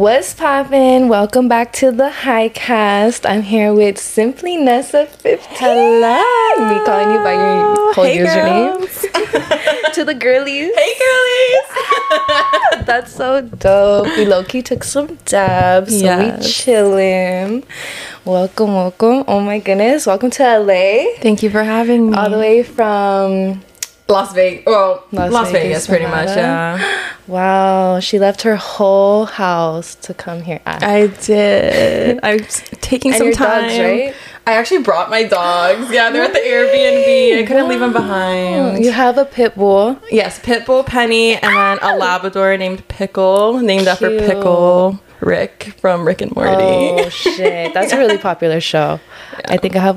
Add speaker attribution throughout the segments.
Speaker 1: What's poppin'? Welcome back to the Highcast. I'm here with Simply Nessa 15.
Speaker 2: Hello.
Speaker 1: Me calling you by your whole
Speaker 2: Hey,
Speaker 1: username.
Speaker 2: girls.
Speaker 1: to the girlies.
Speaker 2: Hey, girlies.
Speaker 1: That's so dope. We low key took some dabs. So we
Speaker 2: Yes.
Speaker 1: chillin'. Welcome, welcome. Oh my goodness. Welcome to LA.
Speaker 2: Thank you for having me.
Speaker 1: All the way from
Speaker 2: Uh, Las Vegas. Well,
Speaker 1: Las
Speaker 2: Las,
Speaker 1: Vegas,
Speaker 2: Vegas, pretty much.
Speaker 1: Nevada.
Speaker 2: Yeah.
Speaker 1: Wow, she left her whole house to come here. I-
Speaker 2: I did. I'm s- taking
Speaker 1: And
Speaker 2: some
Speaker 1: your
Speaker 2: time.
Speaker 1: dogs, right?
Speaker 2: I actually brought my dogs. Yeah, they're at the Airbnb. I couldn't leave them behind.
Speaker 1: you have a pit bull.
Speaker 2: Yes, Pitbull Penny, and then a Labrador named Pickle, named after
Speaker 1: Cute.
Speaker 2: Pickle Rick from Rick and Morty.
Speaker 1: Oh shit, that's a really popular show. I think I have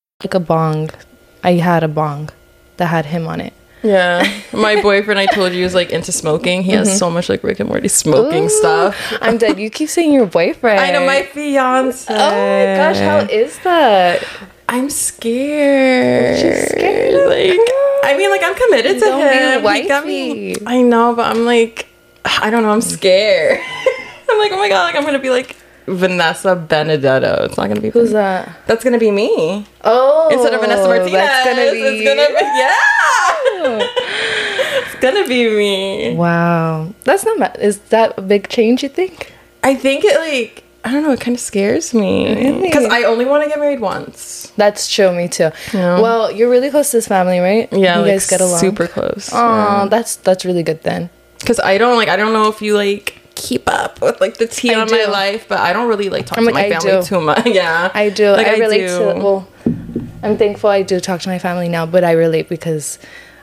Speaker 1: like a bong. I had a bong that had him on it.
Speaker 2: Yeah, my boyfriend I told you is like into smoking. He has so much like Rick and Morty smoking
Speaker 1: Ooh,
Speaker 2: stuff.
Speaker 1: I'm dead. You keep saying your boyfriend.
Speaker 2: I know my fiance.
Speaker 1: Oh my gosh, how is that?
Speaker 2: I'm scared.
Speaker 1: She's scared of
Speaker 2: Like I mean, like I'm committed to
Speaker 1: Don't be
Speaker 2: him. He got me-
Speaker 1: wifey.
Speaker 2: I know, but I'm like, I don't know. I'm scared. I'm like, oh my god, like I'm gonna be like Vanessa Benedetto. It's not gonna be
Speaker 1: Who's that?
Speaker 2: That's gonna be me
Speaker 1: Oh,
Speaker 2: instead of Vanessa Martinez.
Speaker 1: That's gonna be.
Speaker 2: It's gonna be yeah. it's gonna be me.
Speaker 1: Wow, that's not. Ma- is that a big change? You think?
Speaker 2: I think it like I don't know. It kind of scares me
Speaker 1: Really?
Speaker 2: because I only want to get married once.
Speaker 1: That's true. Me too.
Speaker 2: Yeah.
Speaker 1: Well, you're really close to his family, right?
Speaker 2: Yeah,
Speaker 1: you
Speaker 2: like,
Speaker 1: guys get along.
Speaker 2: super close.
Speaker 1: Oh, that's that's really good then.
Speaker 2: Because I don't like I don't know if you like keep up with like the tea
Speaker 1: I
Speaker 2: on
Speaker 1: do.
Speaker 2: my life, but I don't really like talk
Speaker 1: I'm
Speaker 2: to
Speaker 1: like,
Speaker 2: my
Speaker 1: I
Speaker 2: family
Speaker 1: do.
Speaker 2: too much. yeah,
Speaker 1: I do.
Speaker 2: Like,
Speaker 1: I relate
Speaker 2: do.
Speaker 1: to. Well, I'm thankful I do talk to my family now, but I relate because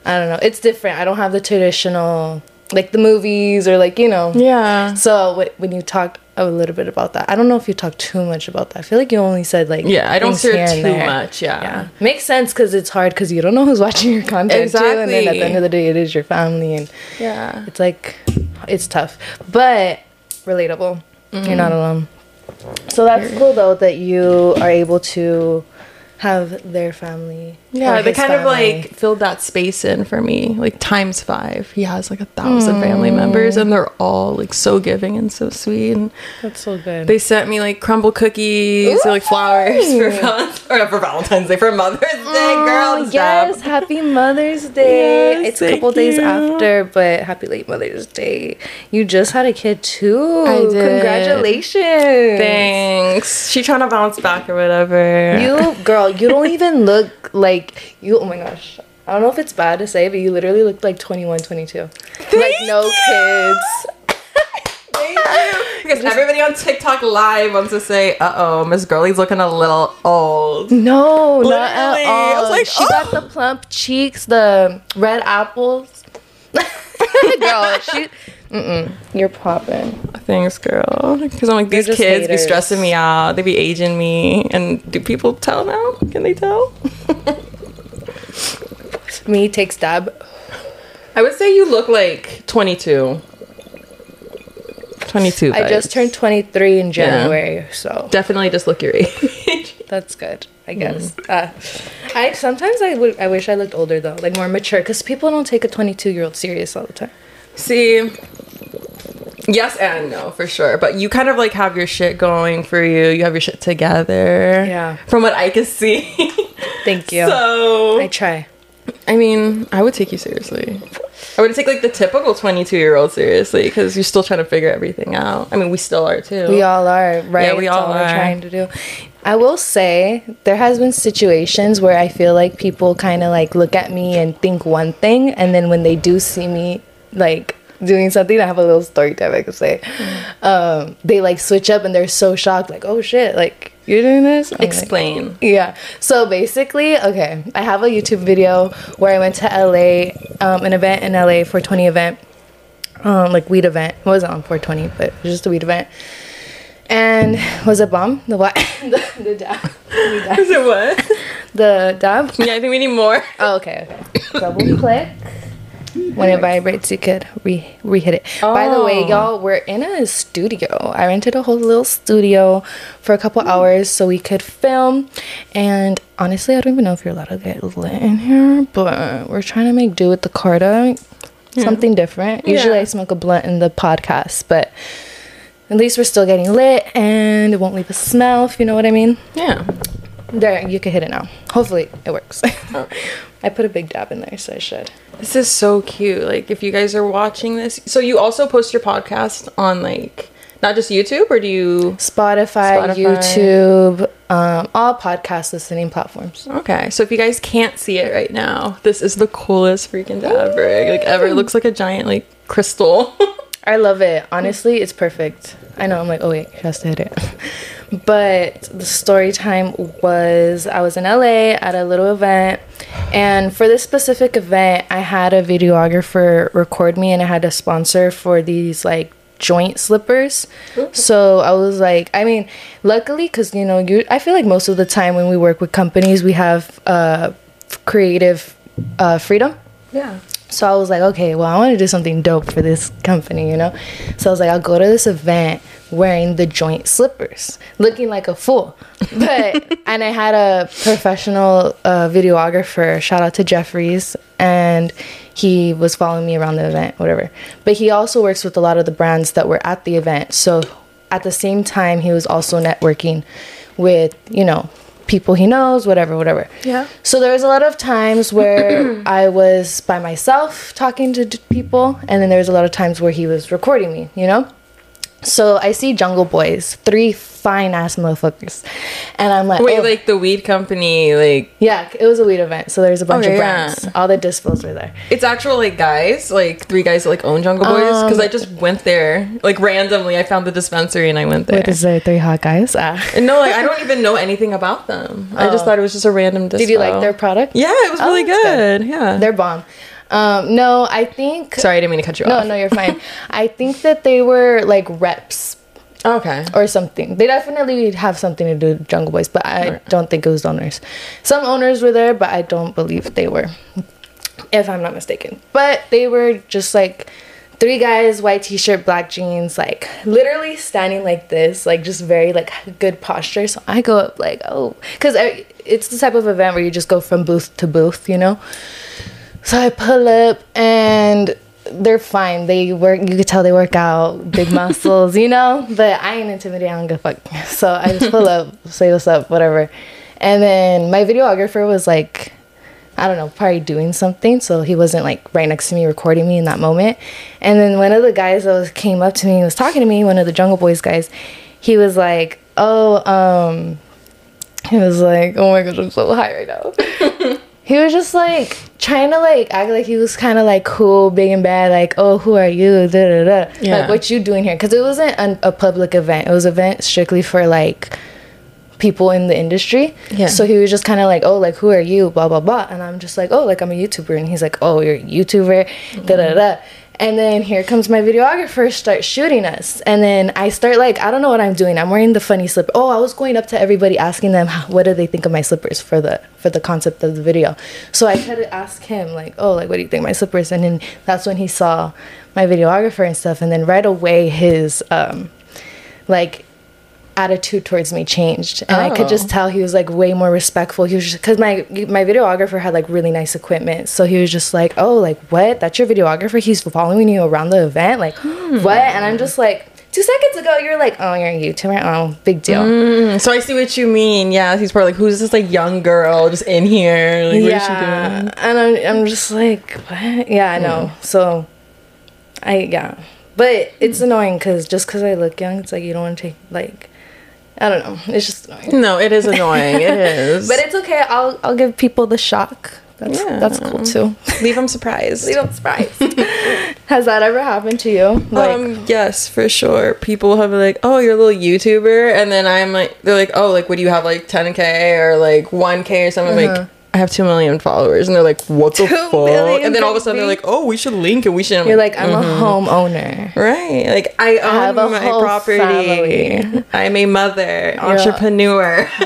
Speaker 1: I don't know. It's different. I don't have the traditional like the movies or like you know.
Speaker 2: yeah,
Speaker 1: So wh- when you talked a little bit about that, I don't know if you talked too much about that. I feel like you only said like
Speaker 2: yeah. I don't
Speaker 1: things
Speaker 2: share
Speaker 1: here
Speaker 2: too
Speaker 1: and there.
Speaker 2: much. Yeah.
Speaker 1: Yeah, makes sense because it's hard because you don't know who's watching your content too, and then at the
Speaker 2: Exactly.
Speaker 1: end of the day, it is your family, and
Speaker 2: yeah,
Speaker 1: it's like it's tough, but relatable. You're
Speaker 2: Mm-hmm.
Speaker 1: not alone. So that's cool though that you are able to have their family.
Speaker 2: yeah.
Speaker 1: or
Speaker 2: They
Speaker 1: his
Speaker 2: kind of
Speaker 1: family.
Speaker 2: like filled that space in for me, like times five. He has like a thousand
Speaker 1: Mm.
Speaker 2: family members, and they're all like so giving and so sweet. And
Speaker 1: that's so good.
Speaker 2: they sent me like crumble cookies or like flowers for val- or not for Valentine's Day for Mother's Day, girl.
Speaker 1: Oh, yes, happy Mother's Day.
Speaker 2: Yes,
Speaker 1: it's a
Speaker 2: thank
Speaker 1: couple days
Speaker 2: you.
Speaker 1: after, but happy late Mother's Day. You just had a kid too.
Speaker 2: I did.
Speaker 1: Congratulations.
Speaker 2: Thanks. She trying to bounce back or whatever.
Speaker 1: You girl, you don't even look like you oh my gosh. I don't know if it's bad to say, but you literally look like 21, 22. like no
Speaker 2: you!
Speaker 1: kids.
Speaker 2: Thank you. Because everybody on TikTok live wants to say, "Uh oh, Miss Girlie's looking a little old."
Speaker 1: No, not
Speaker 2: Literally,
Speaker 1: at
Speaker 2: I was
Speaker 1: all.
Speaker 2: like, "Oh."
Speaker 1: she got the plump cheeks, the red apples. girl, she mm-mm, you're popping.
Speaker 2: Thanks, girl. Because I'm like these
Speaker 1: They're just
Speaker 2: kids be
Speaker 1: haters.
Speaker 2: stressing me out. They be aging me. And do people tell now? Can they tell?
Speaker 1: Me takes dab.
Speaker 2: I would say you look like 22. 22.
Speaker 1: I
Speaker 2: vibes.
Speaker 1: just turned 23 in January, so
Speaker 2: Definitely just look your age.
Speaker 1: that's good, I
Speaker 2: Mm.
Speaker 1: guess. Uh, I sometimes I would I wish I looked older though, like more mature, because people don't take a 22 year old serious all the time.
Speaker 2: See, yes and no for sure. But you kind of like have your shit going for you. You have your shit together.
Speaker 1: Yeah.
Speaker 2: From what I can see.
Speaker 1: Thank you.
Speaker 2: So
Speaker 1: I try.
Speaker 2: I mean, I would take you seriously. I would take like the typical twenty-two-year-old seriously because you're still trying to figure everything out. I mean, we still are too.
Speaker 1: We all are, right?
Speaker 2: we
Speaker 1: It's
Speaker 2: all
Speaker 1: We're
Speaker 2: are.
Speaker 1: trying to do. I will say there has been situations where I feel like people kind of like look at me and think one thing, and then when they do see me like doing something, I have a little story time I could say.
Speaker 2: Mm.
Speaker 1: Um, they like switch up and they're so shocked, like, "Oh shit! Like you're doing this?" I'm like,
Speaker 2: Explain.
Speaker 1: Yeah. So basically, okay, I have a YouTube video where I went to LA, um, an event in LA, 420 event, um, like weed event. It wasn't on 420, but it was just a weed event. And was it bomb? The what? the, the dab.
Speaker 2: Is it what?
Speaker 1: The dab?
Speaker 2: yeah, I think we need more.
Speaker 1: Oh, okay, okay. Double click. When it vibrates, you could re re-hit it. By the way,
Speaker 2: Oh.
Speaker 1: y'all, we're in a studio. I rented a whole little studio for a couple hours so we could film. And honestly, I don't even know if you're allowed to get lit in here, but we're trying to make do with the Carta. Something different. Usually,
Speaker 2: Yeah.
Speaker 1: I smoke a blunt in the podcast, but at least we're still getting lit, and it won't leave a smell. If you know what I mean.
Speaker 2: Yeah.
Speaker 1: There, you can hit it now. Hopefully, it works. I put a big dab in there, so I should.
Speaker 2: This is so cute. Like, if you guys are watching this, so you also post your podcast on like not just YouTube, or do you?
Speaker 1: Spotify,
Speaker 2: Spotify.
Speaker 1: YouTube, um, all podcast listening platforms.
Speaker 2: Okay, so if you guys can't see it right now, this is the coolest freaking dab rig like ever. It looks like a giant like crystal.
Speaker 1: I love it. Honestly, it's perfect. I know. I'm like, oh wait, she has to hit it. But the story time was I was in LA at a little event, and for this specific event, I had a videographer record me, and I had a sponsor for these like joint slippers. So I was like, I mean, luckily, because you know, you. I feel like most of the time when we work with companies, we have uh, creative uh, freedom.
Speaker 2: yeah.
Speaker 1: So I was like, okay, well, I want to do something dope for this company, you know? So I was like, I'll go to this event wearing the joint slippers, looking like a fool. But, and I had a professional uh, videographer, shout out to Jeffries, and he was following me around the event, whatever. But he also works with a lot of the brands that were at the event. So at the same time, he was also networking with, you know, people he knows, whatever, whatever.
Speaker 2: Yeah.
Speaker 1: So there was a lot of times where I was by myself talking to d- people, and then there was a lot of times where he was recording me, you know? So I see Jungle Boys, three fine ass motherfuckers. And I'm like,
Speaker 2: Wait,
Speaker 1: oh.
Speaker 2: like the weed company, like
Speaker 1: yeah, it was a weed event. So there's a bunch
Speaker 2: Okay,
Speaker 1: of
Speaker 2: yeah.
Speaker 1: brands. All the dispos were there.
Speaker 2: it's actual like guys, like three guys that like own Jungle Boys. Because I
Speaker 1: Um,
Speaker 2: just went there like randomly. I found the dispensary and I went there.
Speaker 1: What is there? Three hot guys? Ah.
Speaker 2: and no, like I don't even know anything about them. I just thought it was just a random. Dispo.
Speaker 1: Oh. Did you like their product?
Speaker 2: Yeah, it was
Speaker 1: Oh,
Speaker 2: really
Speaker 1: that's
Speaker 2: good. Yeah.
Speaker 1: They're bomb. Um, no, I think.
Speaker 2: Sorry, I didn't mean to cut you
Speaker 1: No,
Speaker 2: off.
Speaker 1: no, you're fine. I think that they were like reps
Speaker 2: no. Okay.
Speaker 1: or something. They definitely have something to do with Jungle Boys, but I don't think it was owners. Some owners were there, but I don't believe they were, if I'm not mistaken. But they were just like three guys, white t-shirt, black jeans, like literally standing like this, like just very like good posture. So I go up like, oh, because it's the type of event where you just go from booth to booth, you know. So I pull up and they're fine. They work. You could tell they work out, big muscles, you know. But I ain't intimidated. I don't give a fuck. So I just pull up, say what's up, whatever. And then my videographer was like, I don't know, probably doing something. So he wasn't like right next to me recording me in that moment. And then one of the guys that was, came up to me and was talking to me, one of the Jungle Boys guys, he was like, oh, um, he was like, oh my gosh, I'm so high right now. he was just like trying to like act like he was kind of like cool, big and bad, like, oh, who are you? Da, da, da.
Speaker 2: Yeah.
Speaker 1: Like, what you doing here? Because it wasn't an, a public event. It was an event strictly for like people in the industry.
Speaker 2: Yeah.
Speaker 1: So he was just kind of like, oh, like, who are you? Blah, blah, blah. And I'm just like, oh, like, I'm a YouTuber. And he's like, oh, you're a YouTuber. Da, da, da. And then here comes my videographer start shooting us. And then I start like, I don't know what I'm doing. I'm wearing the funny slipper. Oh, I was going up to everybody asking them "How- what do they think of my slippers for the for the concept of the video. So I tried to ask him like, oh, like what do you think of my slippers? And then that's when he saw my videographer and stuff. And then right away his um like attitude towards me changed and i could
Speaker 2: Oh.
Speaker 1: just tell he was like way more respectful he was just because my my videographer had like really nice equipment so he was just like oh like what that's your videographer he's following you around the event like
Speaker 2: Hmm.
Speaker 1: what and i'm just like two seconds ago you're like oh you're a youtuber oh big deal
Speaker 2: Mm, Mm-hmm. So I see what you mean. Yeah, he's probably like, who's this like young girl just in here? Like, what is she doing? Hmm.
Speaker 1: And I'm, I'm just like, what? Yeah, I know. So, I, yeah. But it's annoying because just because I look young, it's like you don't want to take, like, I don't know. It's just annoying.
Speaker 2: No, it is annoying. It is.
Speaker 1: But it's okay. I'll, I'll give people the shock. That's,
Speaker 2: Yeah.
Speaker 1: that's cool too.
Speaker 2: leave them surprised.
Speaker 1: They don't surprise. Has that ever happened to you? Like,
Speaker 2: um, yes, for sure. People have been like, oh, you're a little YouTuber, and then I'm like, they're like, oh, like, what do you have, like 10k or like 1k or something? I'm like, I have two million followers, and they're like, "What the
Speaker 1: Two
Speaker 2: fuck?"
Speaker 1: million,
Speaker 2: And then all of a sudden, they're
Speaker 1: baby.
Speaker 2: like, "Oh, we should link," and we should.
Speaker 1: You're like, I'm a homeowner.
Speaker 2: Right. Like I own
Speaker 1: have a
Speaker 2: my
Speaker 1: whole
Speaker 2: property.
Speaker 1: family.
Speaker 2: I'm a mother, entrepreneur.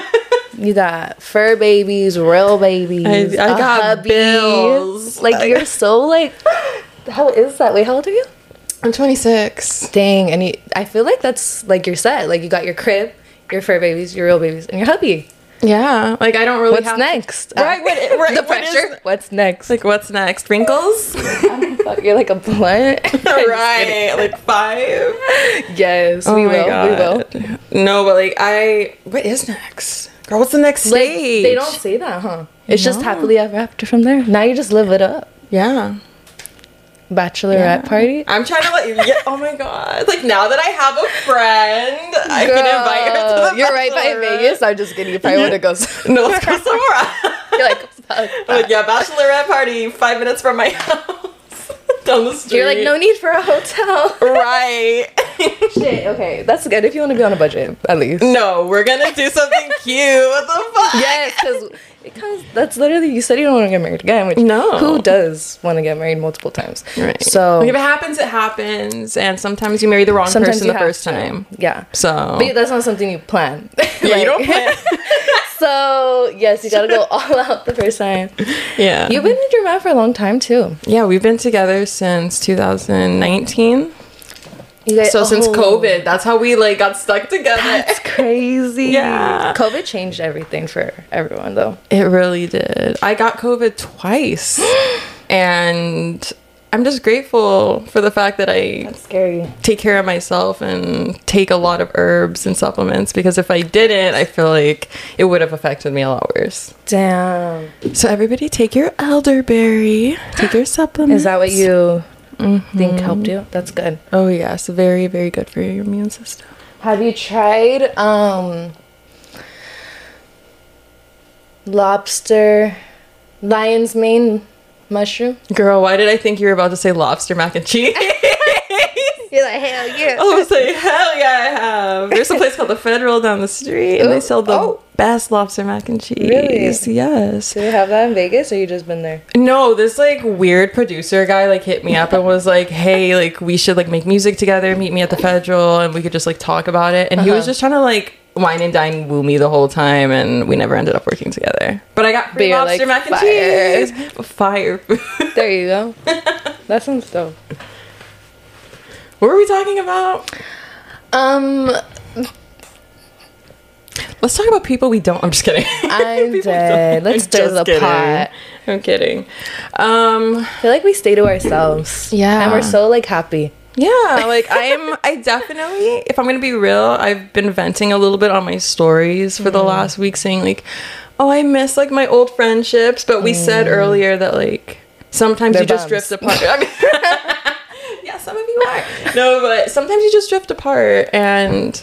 Speaker 1: You got fur babies, real babies.
Speaker 2: I- I
Speaker 1: a
Speaker 2: got
Speaker 1: hubby.
Speaker 2: bills.
Speaker 1: Like you're so like, how is that? Wait, how old are you?
Speaker 2: I'm 26.
Speaker 1: Dang, and you, I feel like that's like you're set. Like you got your crib, your fur babies, your real babies, and your hubby.
Speaker 2: Yeah. Like I don't really
Speaker 1: What's
Speaker 2: have
Speaker 1: next?
Speaker 2: Right, what- right,
Speaker 1: the
Speaker 2: what is-
Speaker 1: pressure. What's next?
Speaker 2: Like what's next? Wrinkles?
Speaker 1: Fuck, you're like a blunt.
Speaker 2: right. Like five.
Speaker 1: yes, we will. We will.
Speaker 2: We will. No, but like I what is next? Girl, what's the next
Speaker 1: Like
Speaker 2: stage?
Speaker 1: they don't say that, huh? It's just happily ever after from there. Now you just live it up.
Speaker 2: Yeah.
Speaker 1: Bachelorette party.
Speaker 2: I'm trying to let you yeah, oh my god. Like now that I have a friend, I can invite her to
Speaker 1: Girl,
Speaker 2: the
Speaker 1: You're right by
Speaker 2: bachelorette.
Speaker 1: Vegas. I'm just kidding. You probably want to go. somewhere.
Speaker 2: No, let's go somewhere else.
Speaker 1: You're like, fuck.
Speaker 2: Like, yeah, bachelorette party, five minutes from my house. Down the street.
Speaker 1: You're like, no need for a hotel.
Speaker 2: Right.
Speaker 1: Shit. Okay, that's good if you want to be on a budget at least.
Speaker 2: no, we're gonna do something cute. What the fuck?
Speaker 1: Yes, because because that's literally you said you don't want to get married again. Which
Speaker 2: No.
Speaker 1: who does want to get married multiple times?
Speaker 2: Right.
Speaker 1: So
Speaker 2: Like, if it happens, it happens. And sometimes you marry the wrong
Speaker 1: sometimes
Speaker 2: person
Speaker 1: you
Speaker 2: the
Speaker 1: have
Speaker 2: first
Speaker 1: to.
Speaker 2: time.
Speaker 1: Yeah.
Speaker 2: So.
Speaker 1: But that's not something you plan.
Speaker 2: yeah, you don't
Speaker 1: Like,
Speaker 2: plan.
Speaker 1: So yes, you gotta go all out the first time.
Speaker 2: yeah.
Speaker 1: You've been with your man for a long time too.
Speaker 2: yeah, we've been together since 2019.
Speaker 1: You guys,
Speaker 2: So since
Speaker 1: oh,
Speaker 2: COVID, that's how we like got stuck together.
Speaker 1: That's crazy.
Speaker 2: Yeah.
Speaker 1: COVID changed everything for everyone though.
Speaker 2: It really did. I got COVID twice. and I'm just grateful for the fact that I
Speaker 1: Scary.
Speaker 2: take care of myself and take a lot of herbs and supplements because if I didn't, I feel like it would have affected me a lot worse.
Speaker 1: Damn.
Speaker 2: So everybody take your elderberry, take your supplements.
Speaker 1: Is that what you think helped you? That's good.
Speaker 2: Oh yes, very very good for your immune system.
Speaker 1: Have you tried um lobster lion's mane mushroom?
Speaker 2: Girl, why did I think you were about to say lobster mac and cheese?
Speaker 1: You're like, hell yeah.
Speaker 2: I was like, hell yeah, I have. There's a place called the Federal down the street, and they
Speaker 1: Ooh,
Speaker 2: sell the
Speaker 1: oh.
Speaker 2: best lobster mac and cheese.
Speaker 1: Really?
Speaker 2: Yes.
Speaker 1: Do you have that in Vegas or you just been there?
Speaker 2: No, this like weird producer guy like hit me up and was like, "Hey, like we should like make music together. Meet me at the Federal, and we could just like talk about it." And he
Speaker 1: Uh-huh.
Speaker 2: was just trying to like wine and dine woo me the whole time, and we never ended up working together. But I got
Speaker 1: But
Speaker 2: free
Speaker 1: you're,
Speaker 2: lobster
Speaker 1: like,
Speaker 2: mac and
Speaker 1: fire.
Speaker 2: cheese, fire. food.
Speaker 1: There you go. that sounds dope.
Speaker 2: what were we talking about?
Speaker 1: Um,
Speaker 2: Let's talk about people we don't. I'm just kidding.
Speaker 1: I'm
Speaker 2: People
Speaker 1: dead.
Speaker 2: don't-
Speaker 1: Let's
Speaker 2: I'm
Speaker 1: stir
Speaker 2: just
Speaker 1: the
Speaker 2: kidding.
Speaker 1: pot.
Speaker 2: I'm kidding. Um,
Speaker 1: I feel like we stay to ourselves.
Speaker 2: Yeah.
Speaker 1: And we're so like happy.
Speaker 2: yeah, like I'm. I definitely, if I'm gonna be real, I've been venting a little bit on my stories for
Speaker 1: Mm.
Speaker 2: the last week, saying like, "Oh, I miss like my old friendships," but we said earlier that like sometimes
Speaker 1: Mm. They're
Speaker 2: you just
Speaker 1: bums.
Speaker 2: drift apart. I mean- yeah, some of you are. No, but sometimes you just drift apart and.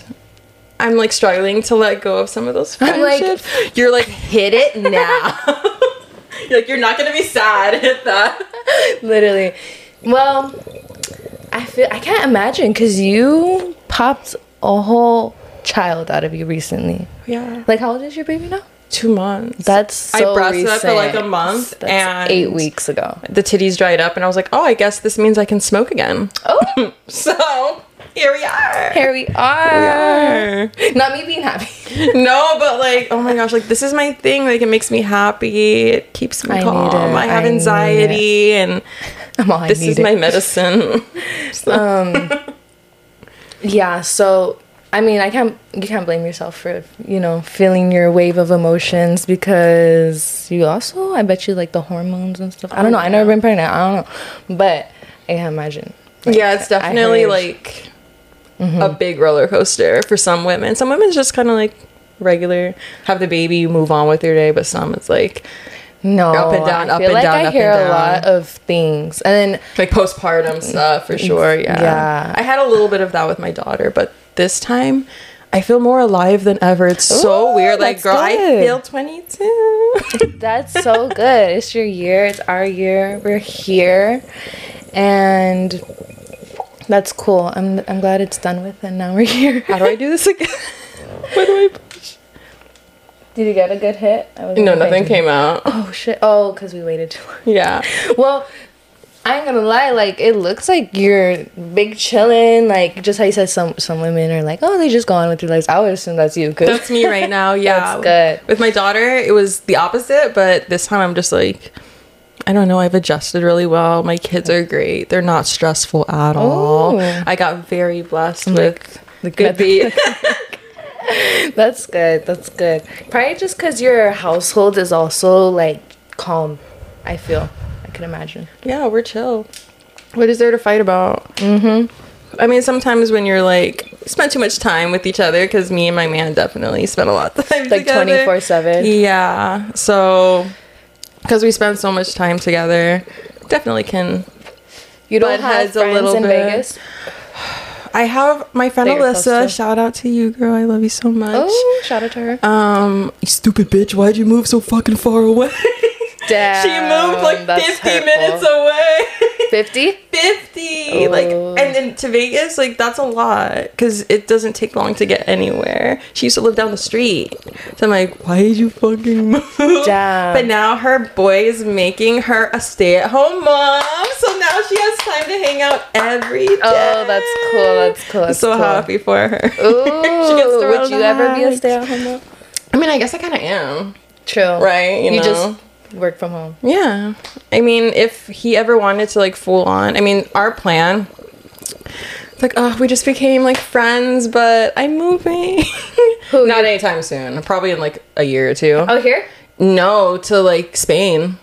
Speaker 2: I'm like struggling to let go of some of those
Speaker 1: I'm like-
Speaker 2: friendships. You're like, hit it now. You're like, you're not gonna be sad. Hit that.
Speaker 1: Literally. Well, I feel I can't imagine because you popped a whole child out of you recently.
Speaker 2: Yeah.
Speaker 1: Like, how old is your baby now?
Speaker 2: two months.
Speaker 1: That's so
Speaker 2: I breastfed that for like a
Speaker 1: recent.
Speaker 2: month
Speaker 1: That's
Speaker 2: and
Speaker 1: eight weeks ago.
Speaker 2: The titties dried up, and I was like, "Oh, I guess this means I can smoke again."
Speaker 1: Oh,
Speaker 2: So here we are.
Speaker 1: here we are. Not me being happy.
Speaker 2: no, but like, oh my gosh, like this is my thing. Like it makes me happy. It keeps me
Speaker 1: I need
Speaker 2: calm.
Speaker 1: it.
Speaker 2: I have
Speaker 1: I need
Speaker 2: anxiety, and
Speaker 1: I'm all I Oh,
Speaker 2: this
Speaker 1: needed.
Speaker 2: is my medicine. So-
Speaker 1: Yeah, so I mean, I can't you can't blame yourself for, you know, feeling your wave of emotions because you also I bet you like the hormones and stuff. I
Speaker 2: Oh,
Speaker 1: don't know. I never been pregnant. I don't know. But I can imagine. Like,
Speaker 2: yeah, it's
Speaker 1: I Mm-hmm.
Speaker 2: definitely
Speaker 1: heard-
Speaker 2: like a big roller coaster for some women. Some women's just kind of like regular, have the baby, you move on with your day. But some, it's like
Speaker 1: no,
Speaker 2: up and down,
Speaker 1: I
Speaker 2: up
Speaker 1: feel
Speaker 2: and
Speaker 1: like
Speaker 2: down,
Speaker 1: I
Speaker 2: up and
Speaker 1: hear
Speaker 2: down.
Speaker 1: a lot of things. And then
Speaker 2: like postpartum stuff for sure. Yeah.
Speaker 1: Yeah.
Speaker 2: I had a little bit of that with my daughter, but this time I feel more alive than ever. It's so
Speaker 1: Ooh,
Speaker 2: weird. Like,
Speaker 1: that's
Speaker 2: girl, I
Speaker 1: good.
Speaker 2: feel 22.
Speaker 1: That's so good. It's your year. It's our year. We're here, and that's cool. I'm I'm glad it's done with, and now we're here.
Speaker 2: How do I do this again? Where do I push?
Speaker 1: Did you get a good hit? I was
Speaker 2: No, nothing came out.
Speaker 1: Oh shit! Oh, because we waited too long.
Speaker 2: Yeah.
Speaker 1: Well, I ain't gonna lie. Like it looks like you're big chillin'. Like just how you said some some women are like, oh, they just go on with their lives. I would assume that's you. Cause
Speaker 2: That's me right now. Yeah.
Speaker 1: That's good.
Speaker 2: With my daughter, it was the opposite, but this time I'm just like, I don't know. I've adjusted really well. My kids are great. They're not stressful at all.
Speaker 1: Oh.
Speaker 2: I got very blessed with
Speaker 1: the
Speaker 2: good beat.
Speaker 1: That's good. That's good. Probably just because your household is also like calm. I feel. I can imagine.
Speaker 2: yeah, we're chill. What is there to fight about? Mm-hmm. I mean, sometimes when you're like spend too much time with each other, because me and my man definitely spent a lot of time
Speaker 1: Like
Speaker 2: together.
Speaker 1: 24/7.
Speaker 2: Yeah. So, because we spend so much time together, definitely can
Speaker 1: You don't
Speaker 2: Bud
Speaker 1: have
Speaker 2: heads a
Speaker 1: friends
Speaker 2: little
Speaker 1: in
Speaker 2: bit.
Speaker 1: Vegas.
Speaker 2: I have my friend
Speaker 1: That you're close
Speaker 2: Alyssa.
Speaker 1: to.
Speaker 2: Shout out to you, girl. I love you so much.
Speaker 1: Oh, shout out to her.
Speaker 2: Um, you stupid bitch. Why'd you move so fucking far away? she
Speaker 1: Damn,
Speaker 2: moved like
Speaker 1: that's
Speaker 2: 50
Speaker 1: hurtful.
Speaker 2: minutes away.
Speaker 1: Fifty.
Speaker 2: 50 like
Speaker 1: Oh.
Speaker 2: and then to vegas like that's a lot because it doesn't take long to get anywhere she used to live down the street so i'm like why did you fucking move
Speaker 1: Damn.
Speaker 2: but now her boy is making her a stay-at-home mom so now she has time to hang out every day
Speaker 1: Oh, that's cool. That's cool.
Speaker 2: i'm
Speaker 1: That's
Speaker 2: so
Speaker 1: cool.
Speaker 2: happy for her
Speaker 1: Ooh,
Speaker 2: she gets to
Speaker 1: would you ever be a
Speaker 2: relax.
Speaker 1: stay-at-home mom?
Speaker 2: i mean i guess i kind of am
Speaker 1: True.
Speaker 2: Right, you know.
Speaker 1: just work from home.
Speaker 2: Yeah. I mean, if he ever wanted to like full on, I mean, our plan it's like, oh, we just became like friends, but I'm moving.
Speaker 1: Who,
Speaker 2: Not
Speaker 1: you-
Speaker 2: anytime soon. Probably in like a year or two.
Speaker 1: Oh, here?
Speaker 2: No, to like Spain.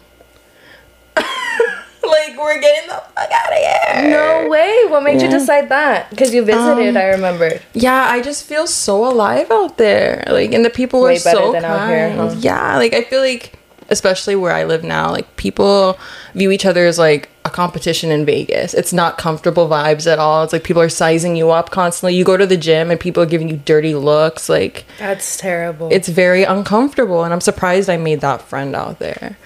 Speaker 2: like we're getting the fuck out of here.
Speaker 1: No way. What made you decide that? Because you
Speaker 2: Um,
Speaker 1: visited, I remember.
Speaker 2: Yeah, I just feel so alive out there. Like, and the people
Speaker 1: Way
Speaker 2: are
Speaker 1: better
Speaker 2: so
Speaker 1: than
Speaker 2: kind.
Speaker 1: out here, huh?
Speaker 2: Yeah, like I feel like, especially where I live now, like people view each other as like a competition in Vegas. It's not comfortable vibes at all. It's like people are sizing you up constantly. You go to the gym and people are giving you dirty looks. Like
Speaker 1: That's terrible.
Speaker 2: it's very uncomfortable, and I'm surprised I made that friend out there.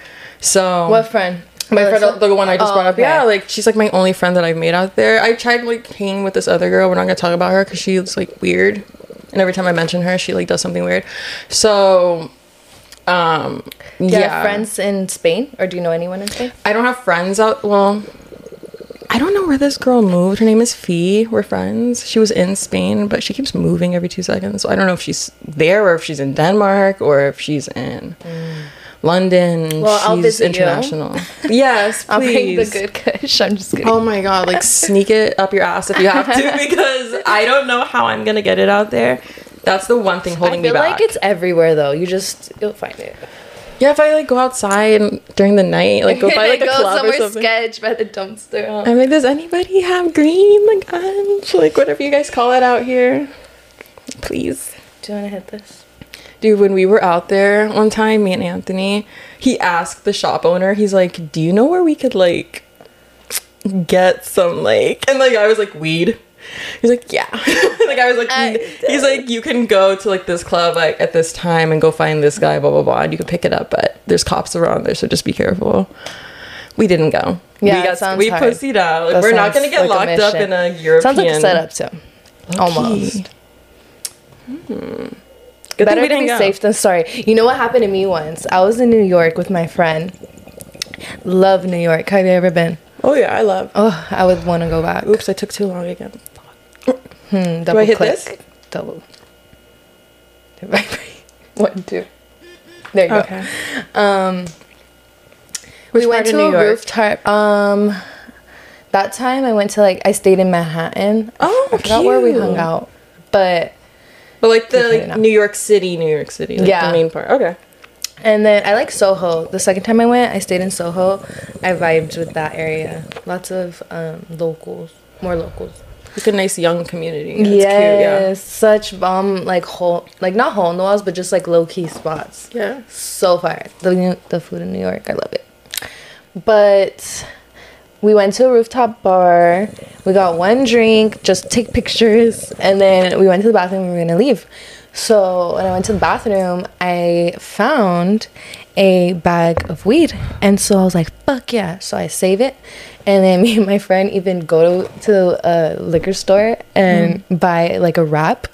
Speaker 2: So
Speaker 1: what friend?
Speaker 2: my friend, the one I just
Speaker 1: Oh,
Speaker 2: brought up,
Speaker 1: okay.
Speaker 2: yeah, like she's like my only friend that I've made out there. I tried like hanging with this other girl. We're not gonna talk about her because she's like weird, and every time I mention her, she like does something weird. So, um,
Speaker 1: Do
Speaker 2: yeah,
Speaker 1: you have friends in Spain, or do you know anyone in Spain?
Speaker 2: I don't have friends out. Well, I don't know where this girl moved. Her name is Fee. We're friends. She was in Spain, but she keeps moving every two seconds. So I don't know if she's there or if she's in Denmark or if she's in. London.
Speaker 1: Mm. Well, I'll
Speaker 2: she's
Speaker 1: visit you.
Speaker 2: international. yes,
Speaker 1: I'll
Speaker 2: Uh, please.
Speaker 1: bring the good kush. I'm just kidding.
Speaker 2: Oh my god, like sneak it up your ass if you have to because I don't know how I'm gonna get it out there. That's the one thing holding
Speaker 1: I feel
Speaker 2: me back.
Speaker 1: like it's everywhere though. You just you'll find it.
Speaker 2: yeah, if I like go outside and- during the night, like go by like a club or
Speaker 1: somewhere
Speaker 2: something.
Speaker 1: sketch by the dumpster.
Speaker 2: I'm like, does anybody have green? Like guns? Like whatever you guys call it out here. Please.
Speaker 1: Do you want to hit this?
Speaker 2: Dude, when we were out there one time, me and Anthony, he asked the shop owner, he's like, Do you know where we could like get some like and like I was like weed. He's like, Yeah. like I was like
Speaker 1: I
Speaker 2: "N-" he's like, you can go to like this club like at this time and go find this guy, blah blah blah, and you can pick it up, but there's cops around there, so just be careful. We didn't go.
Speaker 1: Yeah,
Speaker 2: we
Speaker 1: it sounds
Speaker 2: we
Speaker 1: hard.
Speaker 2: pussied out. Like,
Speaker 1: That
Speaker 2: we're not
Speaker 1: sounds
Speaker 2: gonna get
Speaker 1: like a
Speaker 2: locked up in
Speaker 1: mission.
Speaker 2: a European.
Speaker 1: Sounds like a setup too. Almost.
Speaker 2: Good thing
Speaker 1: Better
Speaker 2: we
Speaker 1: to
Speaker 2: didn't
Speaker 1: be
Speaker 2: go.
Speaker 1: safe than sorry. You know what happened to me once? I was in New York with my friend. Love New York. Have you ever been?
Speaker 2: Oh yeah, I love.
Speaker 1: Oh, I would want to go back.
Speaker 2: Oops, I took too long again.
Speaker 1: Mm, double
Speaker 2: hit
Speaker 1: click.
Speaker 2: this?
Speaker 1: Double. It vibrates. One, two. There you go. Um, we went
Speaker 2: part of
Speaker 1: to
Speaker 2: New
Speaker 1: a
Speaker 2: York?
Speaker 1: rooftop. Um, that time I went to like I stayed in Manhattan.
Speaker 2: Oh,
Speaker 1: I forgot where we
Speaker 2: cute.
Speaker 1: hung out, but
Speaker 2: But like the
Speaker 1: Okay,
Speaker 2: like,
Speaker 1: no.
Speaker 2: New York City, New York City, like
Speaker 1: Yeah.
Speaker 2: the main part. Okay.
Speaker 1: and then I like Soho. The second time I went, I stayed in Soho. I vibed with that area. Lots of um, locals, more locals.
Speaker 2: It's a nice young community. It's
Speaker 1: yes, such bomb like whole like not hole in the walls, but just like low key spots.
Speaker 2: cute. Yeah. Yeah.
Speaker 1: so far. The New- the food in New York, I love it. But we went to a rooftop bar. We got one drink, just take pictures, and then we went to the bathroom. We were gonna leave. So when I went to the bathroom, I found a bag of weed, and so I was like, "Fuck yeah!" So I save it, and then me and my friend even go to, to a liquor store and buy like a wrap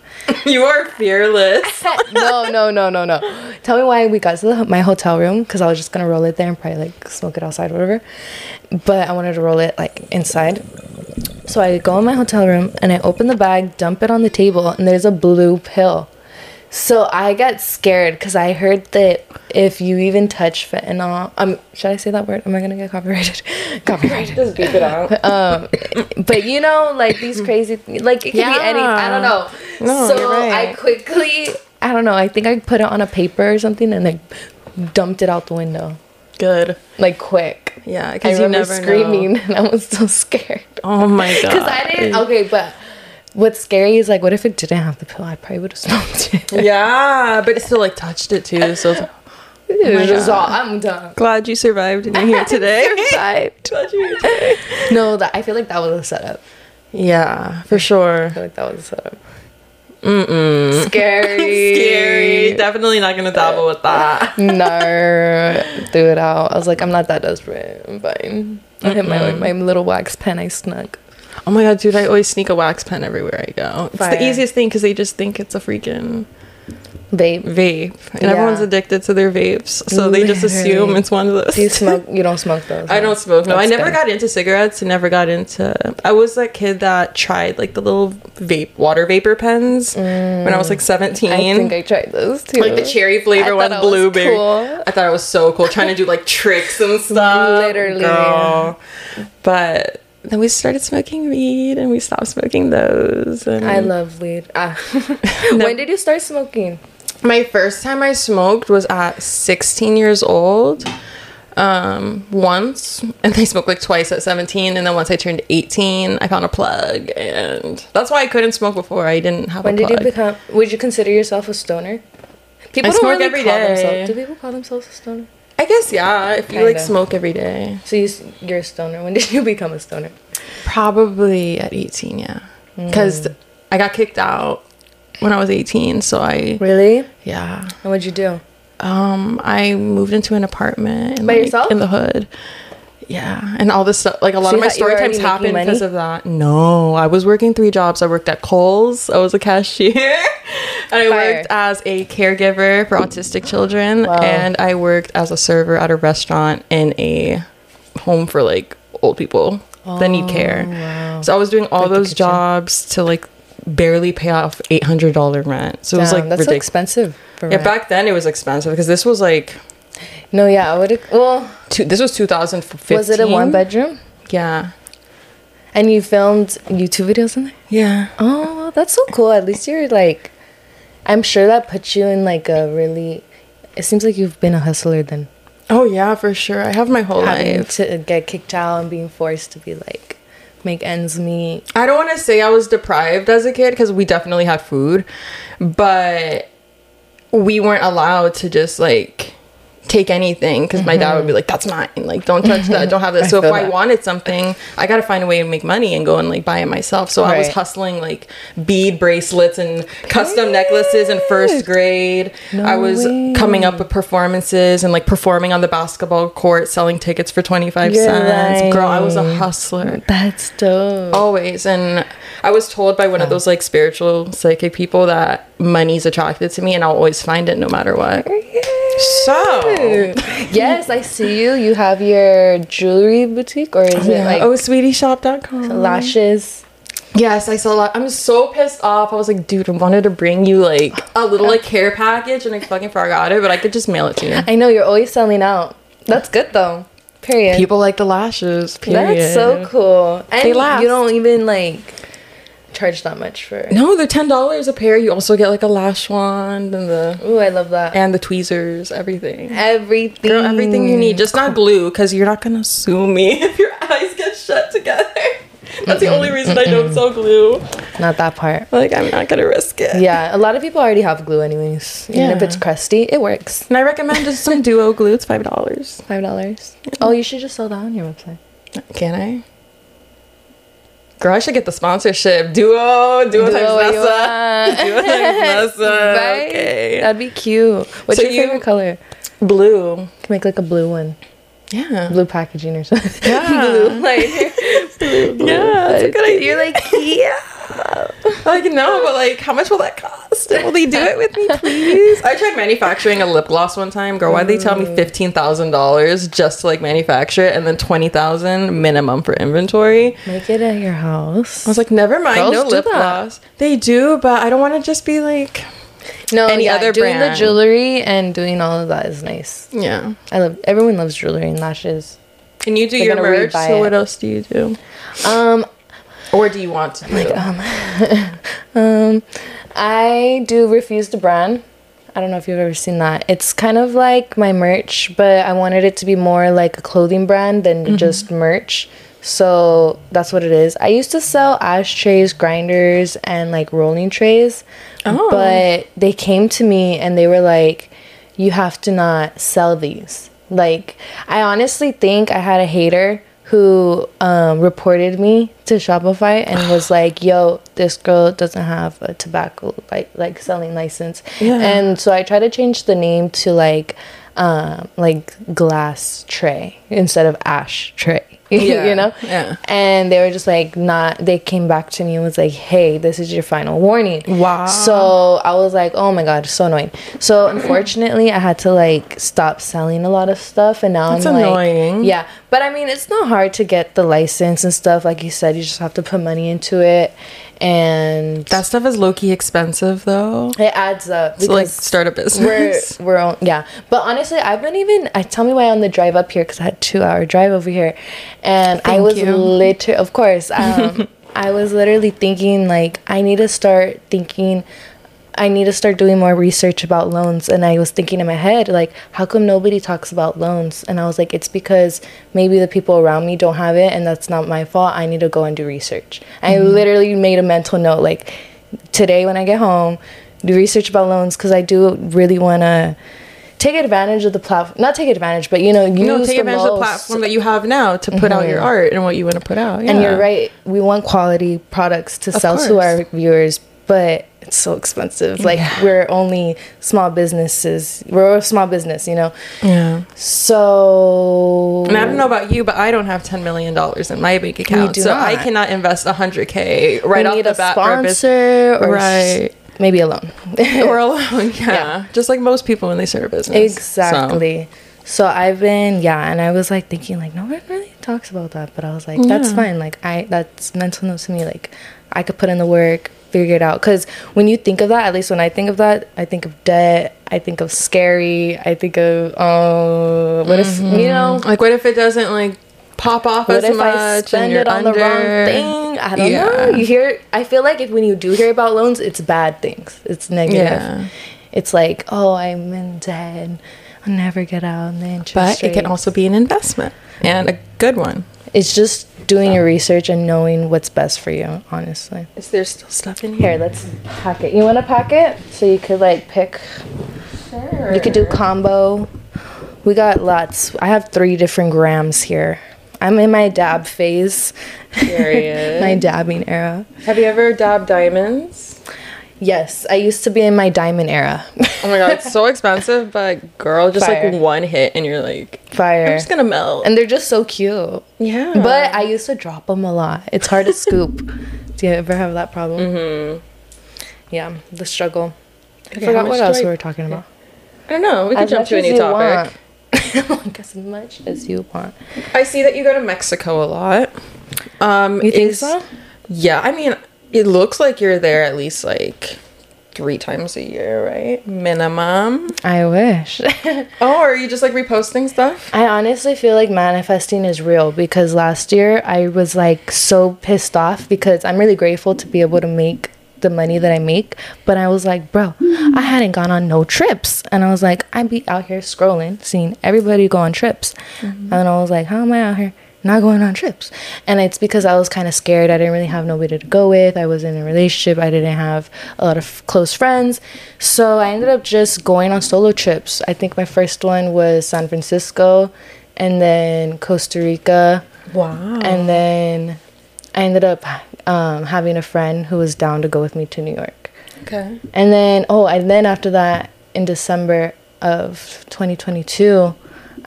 Speaker 2: you are fearless.
Speaker 1: no, no, no, no, no. Tell me why we got to the, my hotel room because I was just gonna roll it there and probably like smoke it outside, whatever. But I wanted to roll it like inside. So I go in my hotel room and I open the bag, dump it on the table, and there's a blue pill. So I got scared because I heard that if you even touch fentanyl, um, should I say that word? Am I gonna get copyrighted? copyrighted.
Speaker 2: Just beep it out.
Speaker 1: Um, But you know, like these crazy, th- like it could be any. I don't know.
Speaker 2: No,
Speaker 1: so
Speaker 2: you're right.
Speaker 1: I quickly, I don't know. I think I put it on a paper or something and like dumped it out the window,
Speaker 2: Good.
Speaker 1: like quick.
Speaker 2: Yeah,
Speaker 1: I
Speaker 2: because you
Speaker 1: remember
Speaker 2: never know.
Speaker 1: screaming and I was so scared
Speaker 2: Oh my god.
Speaker 1: because I didn't. Okay, but what's scary is like, what if it didn't have the pill? I probably would have smoked it.
Speaker 2: Oh Yeah, but it still like touched it too. So it's-
Speaker 1: It was just all, I'm done.
Speaker 2: glad you survived and you're here today.
Speaker 1: Survived.
Speaker 2: Glad you're here today.
Speaker 1: No, that I feel like that was a setup.
Speaker 2: Yeah, for sure.
Speaker 1: I feel like that was a setup. Mm-mm. Scary.
Speaker 2: Scary. Definitely not gonna dabble with that.
Speaker 1: no, threw it out. I was like, I'm not that desperate. I'm fine. I hit my my little wax pen I snuck.
Speaker 2: Oh my god, dude! I always sneak a wax pen everywhere I go. It's
Speaker 1: Fire.
Speaker 2: the easiest thing because they just think it's a freaking
Speaker 1: Babe,
Speaker 2: vape, and
Speaker 1: Yeah.
Speaker 2: everyone's addicted to their vapes, so they just assume
Speaker 1: Literally.
Speaker 2: it's one of those.
Speaker 1: do you smoke? You don't smoke those.
Speaker 2: I
Speaker 1: huh?
Speaker 2: don't smoke. No, I
Speaker 1: That's
Speaker 2: never
Speaker 1: good.
Speaker 2: got into cigarettes. and never got into. I was that kid that tried like the little vape water vapor pens when I was like seventeen.
Speaker 1: Mm. I think I tried those too.
Speaker 2: like the cherry
Speaker 1: I
Speaker 2: flavor
Speaker 1: thought
Speaker 2: one,
Speaker 1: I was
Speaker 2: blueberry.
Speaker 1: cool.
Speaker 2: I thought it was so cool trying to do like tricks and stuff.
Speaker 1: Literally.
Speaker 2: girl. But then we started smoking weed and we stopped smoking those. And
Speaker 1: I love weed. Ah. When did you start smoking?
Speaker 2: my first time I smoked was at 16 years old. Um, once, and I smoked like twice at 17, and then once I turned 18, I found a plug, and that's why I couldn't smoke before. I didn't have
Speaker 1: When
Speaker 2: a
Speaker 1: did
Speaker 2: plug.
Speaker 1: you become? Would you consider yourself a stoner? People
Speaker 2: I
Speaker 1: don't
Speaker 2: smoke
Speaker 1: really
Speaker 2: every
Speaker 1: call
Speaker 2: day.
Speaker 1: themselves. Do people call themselves a stoner?
Speaker 2: I guess yeah. If you like
Speaker 1: Kinda.
Speaker 2: smoke every day,
Speaker 1: So you, s- you're a stoner. When did you become a stoner?
Speaker 2: probably at 18, yeah,
Speaker 1: Mm.
Speaker 2: because I got kicked out when I was 18, so I
Speaker 1: Really? And
Speaker 2: yeah.
Speaker 1: what'd you do?
Speaker 2: um i moved into an apartment in,
Speaker 1: By
Speaker 2: like,
Speaker 1: yourself?
Speaker 2: in the hood yeah and all this stuff like a lot
Speaker 1: So
Speaker 2: of
Speaker 1: you
Speaker 2: my
Speaker 1: thought you
Speaker 2: story
Speaker 1: were
Speaker 2: times
Speaker 1: already making
Speaker 2: happened
Speaker 1: money?
Speaker 2: because of that no i was working three jobs i worked at cole's i was a cashier and i
Speaker 1: Fire.
Speaker 2: worked as a caregiver for autistic children and i worked as a server at a restaurant in a home for like old people that need
Speaker 1: Oh,
Speaker 2: care so i was doing all
Speaker 1: Like the
Speaker 2: those
Speaker 1: kitchen.
Speaker 2: jobs to like barely pay off $800 rent so it was
Speaker 1: Damn,
Speaker 2: like
Speaker 1: that's so
Speaker 2: ridiculous
Speaker 1: expensive. For
Speaker 2: yeah,
Speaker 1: rent.
Speaker 2: back then it was expensive because this was like
Speaker 1: No, yeah, I would. Well,
Speaker 2: two, this was 2015.
Speaker 1: was it a one bedroom?
Speaker 2: Yeah,
Speaker 1: And you filmed YouTube videos in there?
Speaker 2: yeah.
Speaker 1: Oh, that's so cool. At least you're like, I'm sure that puts you in like a really. It seems like you've been a hustler then.
Speaker 2: Oh yeah, for sure. I have my whole
Speaker 1: Having
Speaker 2: life.
Speaker 1: to get kicked out and being forced to be like, make ends meet.
Speaker 2: I don't want to say I was deprived as a kid because we definitely had food, but we weren't allowed to just like take anything because my dad would be like, "That's mine. Like, don't touch that. Don't have that." so if
Speaker 1: feel
Speaker 2: I
Speaker 1: that.
Speaker 2: wanted something, I got to find a way to make money and go and like buy it myself. So I was
Speaker 1: Right.
Speaker 2: hustling like bead bracelets and custom necklaces in first grade. I was
Speaker 1: way.
Speaker 2: coming up with performances and like performing on the basketball court, selling tickets for twenty five
Speaker 1: You're
Speaker 2: cents. Girl, I was a
Speaker 1: lying.
Speaker 2: hustler
Speaker 1: That's dope.
Speaker 2: always and i was told by one of those like spiritual psychic people that money's attracted to me and i'll always find it no matter what so
Speaker 1: yes, I see you. You have your jewelry boutique, or is it like
Speaker 2: oh sweetieshop.com
Speaker 1: lashes?
Speaker 2: yes i saw that i'm so pissed off i was like dude i wanted to bring you like a little like care package and i fucking forgot it but i could just mail it to you
Speaker 1: I know you're always selling out. That's good though. Period.
Speaker 2: people like the lashes period.
Speaker 1: That's so cool. And
Speaker 2: last.
Speaker 1: you don't even like charge that much for.
Speaker 2: no they're ten dollars a pair you also get like a lash wand and the
Speaker 1: Ooh, I love that.
Speaker 2: and the tweezers everything
Speaker 1: everything.
Speaker 2: Girl, everything you need. Just not glue, because you're not gonna sue me if your eyes get shut together. That's the only reason I don't sell glue.
Speaker 1: Not that part.
Speaker 2: Like I'm not gonna risk it.
Speaker 1: Yeah, a lot of people already have glue anyways. Even if
Speaker 2: Yeah.
Speaker 1: it's crusty, it works.
Speaker 2: And I recommend just some duo glue. It's five dollars.
Speaker 1: Five dollars. Oh, you should just sell that on your website.
Speaker 2: Can I? Girl, I should get the sponsorship. Duo, duo, times
Speaker 1: what you
Speaker 2: Nessa.
Speaker 1: Oh, want.
Speaker 2: Duo times Nessa.
Speaker 1: Right?
Speaker 2: Okay.
Speaker 1: That'd be cute. What's
Speaker 2: So
Speaker 1: your
Speaker 2: you-
Speaker 1: favorite color?
Speaker 2: Blue.
Speaker 1: Can make like a blue one,
Speaker 2: Yeah.
Speaker 1: blue packaging or something.
Speaker 2: Yeah.
Speaker 1: blue liner.
Speaker 2: Yeah. That's a good idea.
Speaker 1: You're like, yeah.
Speaker 2: Like no, but like, how much will that cost? Will they do it with me, please? I tried manufacturing a lip gloss one time. Girl, why would they tell me fifteen thousand dollars just to like manufacture it, and then twenty thousand minimum for inventory?
Speaker 1: Make it at your house.
Speaker 2: I was like, never mind,
Speaker 1: Girls
Speaker 2: no
Speaker 1: do
Speaker 2: lip
Speaker 1: that.
Speaker 2: gloss. They do, but I don't want to just be like,
Speaker 1: No,
Speaker 2: Any
Speaker 1: yeah,
Speaker 2: other
Speaker 1: doing
Speaker 2: brand.
Speaker 1: the jewelry and doing all of that is nice.
Speaker 2: yeah.
Speaker 1: I love. Everyone loves jewelry and lashes.
Speaker 2: And you do
Speaker 1: They're
Speaker 2: your
Speaker 1: gonna
Speaker 2: merch.
Speaker 1: rebuy
Speaker 2: So
Speaker 1: it.
Speaker 2: what else do you do?
Speaker 1: Um, uh,
Speaker 2: Or do you want to? Do?
Speaker 1: Um, I do refuse to brand. I don't know if you've ever seen that. It's kind of like my merch, but I wanted it to be more like a clothing brand than
Speaker 2: Mm-hmm.
Speaker 1: just merch. So that's what it is. I used to sell ashtrays, grinders, and like rolling trays,
Speaker 2: Oh.
Speaker 1: but they came to me and they were like, "You have to not sell these." Like, I honestly think I had a hater who um, reported me to Shopify and was like, "Yo, this girl doesn't have a tobacco like like selling license,"
Speaker 2: Yeah.
Speaker 1: and so I tried to change the name to like um, like glass tray instead of ash tray.
Speaker 2: Yeah,
Speaker 1: you know,
Speaker 2: yeah.
Speaker 1: And they were just like, not. They came back to me and was like, "Hey, this is your final warning."
Speaker 2: Wow.
Speaker 1: So I was like, "Oh my god, so annoying." So unfortunately, I had to like stop selling a lot of stuff, and now
Speaker 2: That's
Speaker 1: I'm like,
Speaker 2: annoying.
Speaker 1: yeah, yeah, but I mean, it's not hard to get the license and stuff. Like you said, you just have to put money into it, and
Speaker 2: That stuff is low key expensive though.
Speaker 1: it adds up.
Speaker 2: To like
Speaker 1: because
Speaker 2: start a
Speaker 1: we're
Speaker 2: business.
Speaker 1: we're on, yeah. But honestly, I've been even. I tell me why on the drive up here because I had two hour drive over here, and I
Speaker 2: Thank
Speaker 1: was
Speaker 2: you.
Speaker 1: liter. Of course, um, I was literally thinking like I need to start thinking. I need to start doing more research about loans. And I was thinking in my head, like, how come nobody talks about loans? And I was like, it's because maybe the people around me don't have it, and that's not my fault. I need to go and do research. I
Speaker 2: Mm-hmm.
Speaker 1: literally made a mental note, like, today when I get home, do research about loans because I do really want to take advantage of the platform. Not take advantage, but you know, use
Speaker 2: no, take
Speaker 1: the
Speaker 2: advantage
Speaker 1: most. Mm-hmm.
Speaker 2: of the platform that you have now to put out your art and what you want to put out. Yeah.
Speaker 1: And you're right. We want quality products to
Speaker 2: Of
Speaker 1: sell to
Speaker 2: course.
Speaker 1: our viewers, but it's so expensive. Like we're only small businesses. We're a small business, you know.
Speaker 2: Yeah.
Speaker 1: So
Speaker 2: And I don't know about you, but I don't have ten million dollars in my bank account,
Speaker 1: Mm-hmm. do
Speaker 2: so I
Speaker 1: not.
Speaker 2: cannot invest hundred k right
Speaker 1: we
Speaker 2: off
Speaker 1: need
Speaker 2: the
Speaker 1: a
Speaker 2: bat for a business.
Speaker 1: sponsor or s-
Speaker 2: Right.
Speaker 1: maybe a loan.
Speaker 2: or alone. Yeah.
Speaker 1: Yeah.
Speaker 2: Just like most people when they start a business.
Speaker 1: Exactly. So. I've been yeah, and I was like thinking like no one really talks about that, but I was like that's
Speaker 2: Yeah.
Speaker 1: fine. Like I that's mental note to me. Like I could put in the work, figure it out. Because when you think of that, at least when I think of that, I think of debt. I think of scary. I think of oh, what if you know?
Speaker 2: So, Mm-hmm. like what if it doesn't like pop off
Speaker 1: What
Speaker 2: as
Speaker 1: if
Speaker 2: much
Speaker 1: I
Speaker 2: and
Speaker 1: spend
Speaker 2: you're
Speaker 1: it on
Speaker 2: under
Speaker 1: the wrong thing? I don't know. You hear? I feel like if when you do hear about loans, it's bad things. It's negative.
Speaker 2: Yeah.
Speaker 1: It's like, oh, I'm in debt. I'll never get out. And the interest
Speaker 2: But it can
Speaker 1: rate.
Speaker 2: also be an investment and a good one.
Speaker 1: It's just doing your research and knowing what's best for you, honestly.
Speaker 2: Is there still stuff in
Speaker 1: Here, let's pack it. You want to pack it? So you could like pick. You could do combo. We got lots. I have three different grams here. I'm in my dab phase,
Speaker 2: Period.
Speaker 1: my dabbing era.
Speaker 2: Have you ever dabbed diamonds?
Speaker 1: Yes, I used to be in my diamond era.
Speaker 2: Oh my god, it's so expensive, but girl, just
Speaker 1: Fire.
Speaker 2: like one hit and you're like,
Speaker 1: Fire.
Speaker 2: I'm just gonna melt.
Speaker 1: and they're just so cute.
Speaker 2: yeah,
Speaker 1: But I used to drop them a lot. It's hard to scoop. Do you ever have that problem? Mm-hmm. Yeah, the struggle. I
Speaker 2: Okay, how
Speaker 1: forgot
Speaker 2: much
Speaker 1: what
Speaker 2: do
Speaker 1: else
Speaker 2: I-
Speaker 1: we were talking about.
Speaker 2: I don't know. We can
Speaker 1: As
Speaker 2: jump
Speaker 1: much
Speaker 2: to a
Speaker 1: as
Speaker 2: new
Speaker 1: you
Speaker 2: topic.
Speaker 1: want. like as much as you want.
Speaker 2: I see that you go to Mexico a lot. Um,
Speaker 1: You think
Speaker 2: is-
Speaker 1: so?
Speaker 2: Yeah, I mean, it looks like you're there at least like three times a year, right? Minimum.
Speaker 1: I wish.
Speaker 2: Oh, are you just like reposting stuff?
Speaker 1: I honestly feel like manifesting is real because last year I was like so pissed off because I'm really grateful to be able to make the money that I make. But I was like, bro, I hadn't gone on no trips. And I was like, I'd be out here scrolling, seeing everybody go on trips. And I was like, how am I out here? Not going on trips. And it's because I was kind of scared. I didn't really have nobody to go with. I was in a relationship. I didn't have a lot of close friends. So I ended up just going on solo trips. I think my first one was San Francisco and then Costa Rica.
Speaker 2: Wow.
Speaker 1: And then I ended up um, having a friend who was down to go with me to New York.
Speaker 2: Okay.
Speaker 1: And then, oh, and then after that, in December of 2022,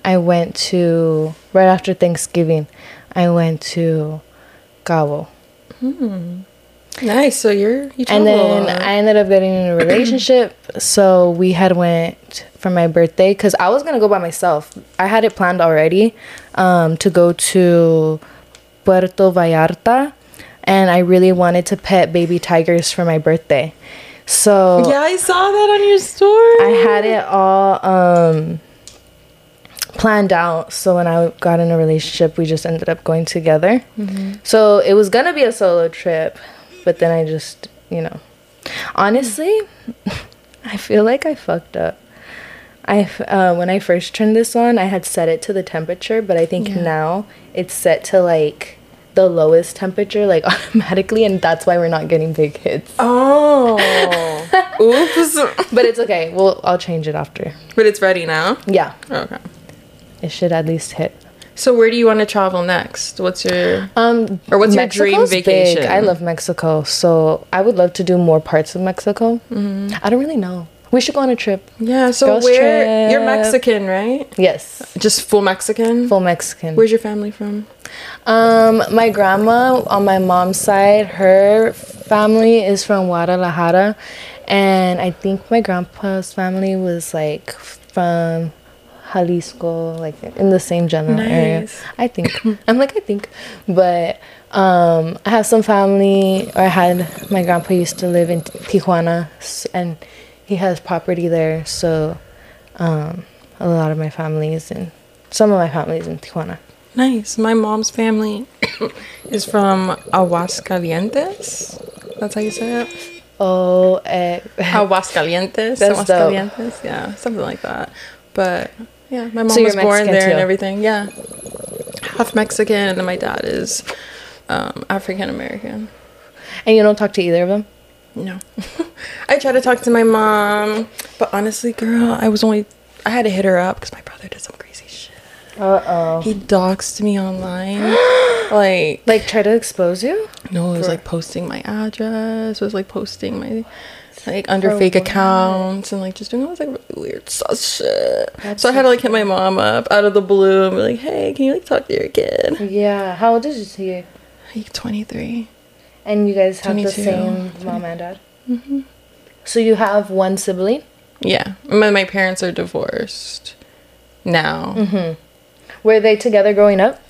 Speaker 1: I went to, right after Thanksgiving, I went to Cabo.
Speaker 2: Nice. So you're you
Speaker 1: and
Speaker 2: travel a
Speaker 1: then
Speaker 2: lot.
Speaker 1: I ended up getting in a relationship. so we had went for my birthday because I was gonna go by myself. I had it planned already um, to go to Puerto Vallarta, and I really wanted to pet baby tigers for my birthday. So
Speaker 2: yeah, I saw that on your story.
Speaker 1: I had it all um, planned out. So when I got in a relationship, we just ended up going together. So it was gonna be a solo trip, but then I just, you know, honestly, I feel like I fucked up. I f- uh, when I first turned this on, I had set it to the temperature, but I think now it's set to like the lowest temperature, like automatically, and that's why we're not getting big hits.
Speaker 2: Oh. Oops.
Speaker 1: But it's okay. Well, I'll change it after.
Speaker 2: But it's ready now.
Speaker 1: Yeah.
Speaker 2: Okay.
Speaker 1: it should at least hit.
Speaker 2: So where do you want to travel next? What's your
Speaker 1: Um,
Speaker 2: Or what's your dream
Speaker 1: Mexico's
Speaker 2: vacation?
Speaker 1: I love Mexico, so I would love to do more parts of Mexico. I don't really know. We should go on a trip.
Speaker 2: Yeah, so
Speaker 1: Girls
Speaker 2: where you're
Speaker 1: trip.
Speaker 2: Mexican, right?
Speaker 1: Yes,
Speaker 2: Just full Mexican?
Speaker 1: full Mexican.
Speaker 2: Where's your family from?
Speaker 1: Um, my grandma on my mom's side, her family is from Guadalajara, and I think my grandpa's family was like from Jalisco, like in the same general area.
Speaker 2: Nice.
Speaker 1: I think I'm like I think, but um, I have some family, or I had my grandpa used to live in Tijuana, s- and he has property there, so um, a lot of my family is in some of my family is in Tijuana.
Speaker 2: Nice. My mom's family is from Aguascalientes. That's how you say it.
Speaker 1: Oh, eh,
Speaker 2: Aguascalientes.
Speaker 1: That's dope.
Speaker 2: Aguascalientes. Yeah, something like that. But yeah, my mom
Speaker 1: So you're
Speaker 2: was born
Speaker 1: Mexican
Speaker 2: there and
Speaker 1: too?
Speaker 2: everything. Yeah. Half Mexican and then my dad is um, African American.
Speaker 1: And you don't talk to either of them?
Speaker 2: No. I tried to talk to my mom, but honestly, girl, I was only I had to hit her up because my brother did some crazy shit.
Speaker 1: Uh oh.
Speaker 2: He doxed me online. like
Speaker 1: Like, try to expose you?
Speaker 2: no, it was like posting my address, it was like posting my like under fake accounts and like just doing all this like really weird sus shit. so I had to like hit my mom up out of the blue and be like, Hey, can you like talk to your kid?
Speaker 1: Yeah. How old is he?
Speaker 2: Like twenty three.
Speaker 1: And you guys have
Speaker 2: 22.
Speaker 1: the same mom and dad? Mm-hmm. So you have one sibling?
Speaker 2: Yeah. My my parents are divorced now.
Speaker 1: Were they together growing up?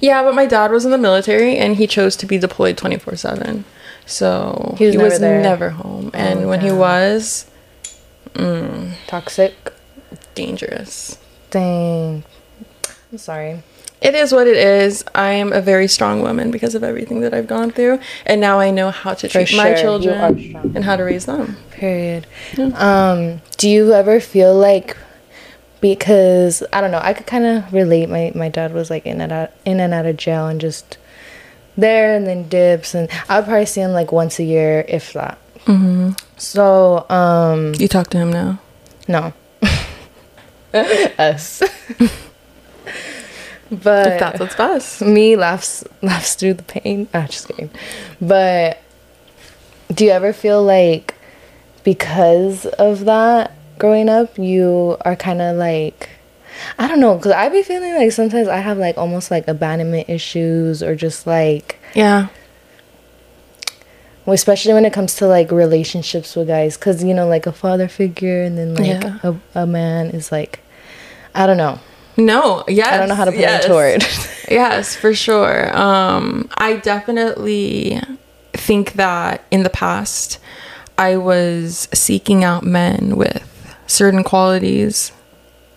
Speaker 2: Yeah, but my dad was in the military and he chose to be deployed 24 7. So
Speaker 1: He
Speaker 2: he
Speaker 1: was
Speaker 2: was,
Speaker 1: never
Speaker 2: never,
Speaker 1: there. Oh,
Speaker 2: home. And when he
Speaker 1: damn.
Speaker 2: was, mm,
Speaker 1: Toxic?
Speaker 2: dangerous.
Speaker 1: Dang. I'm sorry.
Speaker 2: It is what it is. I am a very strong woman because of everything that I've gone through. And now I know how to treat
Speaker 1: sure,
Speaker 2: my
Speaker 1: you are
Speaker 2: children
Speaker 1: strong.
Speaker 2: and how to raise them.
Speaker 1: Period. Um, do you ever feel like because I don't know, I could kind of relate. My my dad was like in and out in and out of jail and just there and then dips, and I would probably see him like once a year, if that. So um,
Speaker 2: You talk to him now.
Speaker 1: no, us, but
Speaker 2: If that's what's best.
Speaker 1: me laughs laughs through the pain. Ah, just kidding. But do you ever feel like because of that growing up, you are kind of like I don't know, cause I be feeling like sometimes I have like almost like abandonment issues or just like
Speaker 2: Yeah.
Speaker 1: especially when it comes to like relationships with guys because you know like a father figure and then like
Speaker 2: Yeah.
Speaker 1: a, a man is like i don't know
Speaker 2: No, yes.
Speaker 1: i don't know how to put
Speaker 2: yes.
Speaker 1: it toward
Speaker 2: yes for sure um i definitely think that in the past i was seeking out men with certain qualities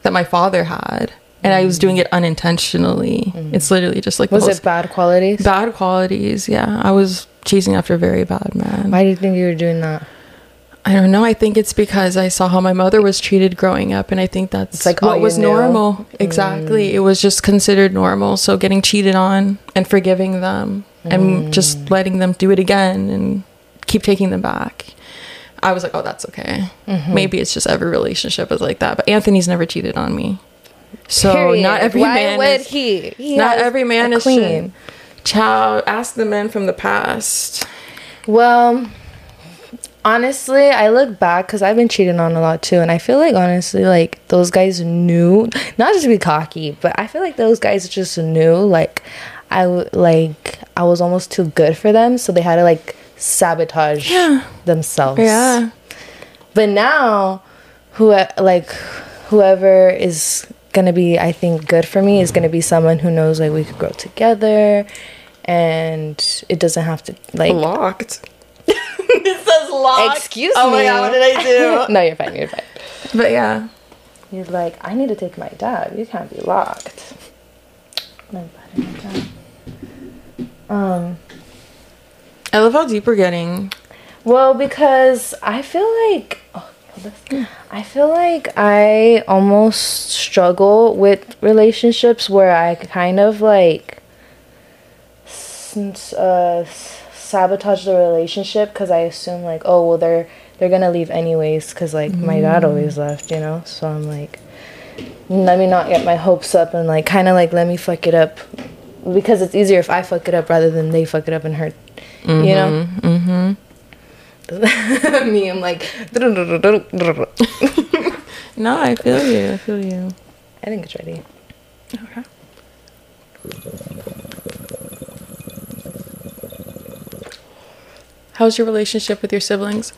Speaker 2: that my father had and i was doing it unintentionally it's literally just like the
Speaker 1: Mm-hmm. was
Speaker 2: whole
Speaker 1: it bad qualities
Speaker 2: s- bad qualities yeah i was chasing after very bad men
Speaker 1: why do you think you were doing that
Speaker 2: i don't know i think it's because i saw how my mother was treated growing up and i think that's
Speaker 1: like all
Speaker 2: what
Speaker 1: you
Speaker 2: was
Speaker 1: knew. Mm.
Speaker 2: normal exactly it was just considered normal so getting cheated on and forgiving them
Speaker 1: Mm.
Speaker 2: and just letting them do it again and keep taking them back i was like oh that's okay
Speaker 1: Mm-hmm.
Speaker 2: maybe it's just every relationship is like that but anthony's never cheated on me so
Speaker 1: Period.
Speaker 2: not every
Speaker 1: Why
Speaker 2: man
Speaker 1: would
Speaker 2: is,
Speaker 1: he? He
Speaker 2: not
Speaker 1: has
Speaker 2: every man
Speaker 1: a
Speaker 2: is
Speaker 1: queen.
Speaker 2: queen child ask the men from the past
Speaker 1: Well, honestly, I look back because I've been cheated on a lot too, and I feel like honestly, like those guys knew not just to be cocky, but I feel like those guys just knew like I w- like I was almost too good for them, so they had to like sabotage
Speaker 2: Yeah.
Speaker 1: themselves.
Speaker 2: Yeah.
Speaker 1: But now, who like whoever is gonna be, I think, good for me is gonna be someone who knows like we could grow together, and it doesn't have to like.
Speaker 2: Locked. it says locked.
Speaker 1: Excuse
Speaker 2: oh
Speaker 1: me.
Speaker 2: my god, what did I do?
Speaker 1: no, you're fine. You're fine.
Speaker 2: but yeah.
Speaker 1: You're like, I need to take my dab. You can't be locked. My body, my Um, dab.
Speaker 2: I love how deep we're getting.
Speaker 1: Well, because I feel like oh, hold this. I feel like I almost struggle with relationships where I kind of like s- uh, s- sabotage the relationship because I assume like oh well they're they're gonna leave anyways because like my dad always left you know so I'm like let me not get my hopes up and like kind of like let me fuck it up because it's easier if I fuck it up rather than they fuck it up and hurt you know me i'm like i
Speaker 2: No, I feel you. I feel you.
Speaker 1: think it's ready
Speaker 2: Okay. How's your relationship with your siblings?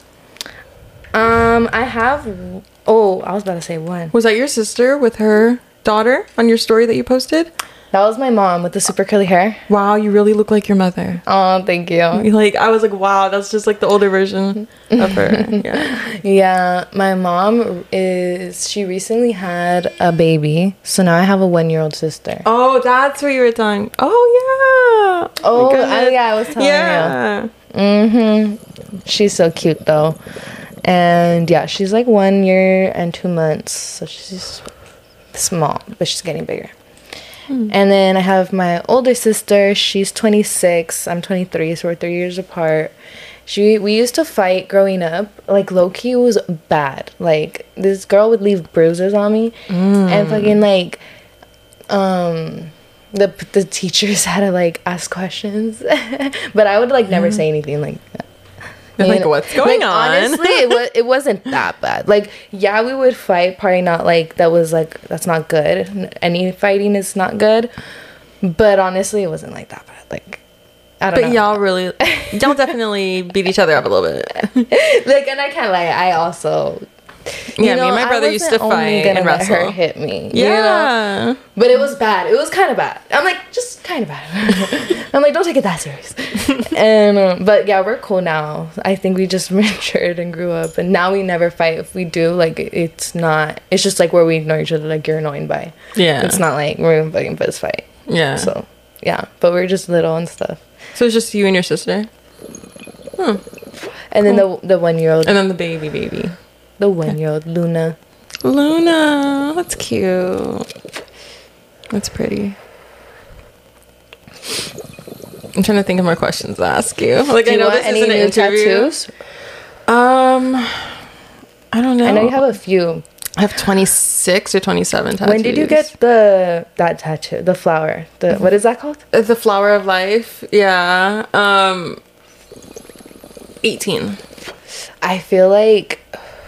Speaker 1: um i have oh i was about to say one
Speaker 2: Was that your sister with her daughter on your story that you posted?
Speaker 1: that was my mom with the super curly hair
Speaker 2: Wow, you really look like your mother.
Speaker 1: oh thank you
Speaker 2: Like I was like, wow, that's just like the older version of her. Yeah.
Speaker 1: yeah my mom is she recently had a baby so now i have a one-year-old sister
Speaker 2: Oh, that's what you were talking. Oh yeah.
Speaker 1: Oh,
Speaker 2: my
Speaker 1: oh,
Speaker 2: goodness.
Speaker 1: yeah, I was telling you.
Speaker 2: yeah.
Speaker 1: Mm-hmm. she's so cute though and yeah she's like one year and two months so she's small but she's getting bigger and then i have my older sister she's 26 i'm 23 so we're three years apart she we used to fight growing up like low-key was bad like this girl would leave bruises on me and fucking like um the the teachers had to like ask questions but i would like never say anything like
Speaker 2: They're
Speaker 1: you
Speaker 2: like,
Speaker 1: know?
Speaker 2: what's going
Speaker 1: Like,
Speaker 2: on?
Speaker 1: Honestly, it, wa- it wasn't that bad. Like, yeah, we would fight, probably not like that was like, that's not good. N- Any fighting is not good. But honestly, it wasn't like that bad. Like, I don't
Speaker 2: But
Speaker 1: know.
Speaker 2: y'all really, y'all definitely beat each other up a little bit.
Speaker 1: Like, and I can't lie, I also. you
Speaker 2: Yeah, me
Speaker 1: know,
Speaker 2: and my
Speaker 1: I
Speaker 2: brother used to
Speaker 1: wasn't only
Speaker 2: fight
Speaker 1: gonna
Speaker 2: and
Speaker 1: let
Speaker 2: wrestle.
Speaker 1: her hit me. you know?
Speaker 2: yeah.
Speaker 1: But it was bad. It was kind of bad. I'm like, just kind of bad. I'm like, don't take it that serious. and um, but yeah, we're cool now. I think we just matured and grew up, and now we never fight. If we do, like, it's not. It's just like where we ignore each other. Like you're annoying by.
Speaker 2: Yeah.
Speaker 1: It's not like we're in a fucking fist fight.
Speaker 2: Yeah. So,
Speaker 1: So yeah, but we're just little and stuff.
Speaker 2: it's just you and your sister,
Speaker 1: And then the the one year old,
Speaker 2: and then the baby, baby
Speaker 1: the one year old Luna.
Speaker 2: Luna. That's cute. That's pretty. I'm trying to think of more questions to ask you. Like
Speaker 1: Do
Speaker 2: I
Speaker 1: you
Speaker 2: know
Speaker 1: want
Speaker 2: this
Speaker 1: any
Speaker 2: isn't an
Speaker 1: new
Speaker 2: interview.
Speaker 1: tattoos?
Speaker 2: Um, I don't know.
Speaker 1: I know you have a few.
Speaker 2: I have 26 or 27 tattoos.
Speaker 1: When did you get the that tattoo? The flower. The what is that called?
Speaker 2: Uh, the flower of life? Yeah. Um, 18.
Speaker 1: I feel like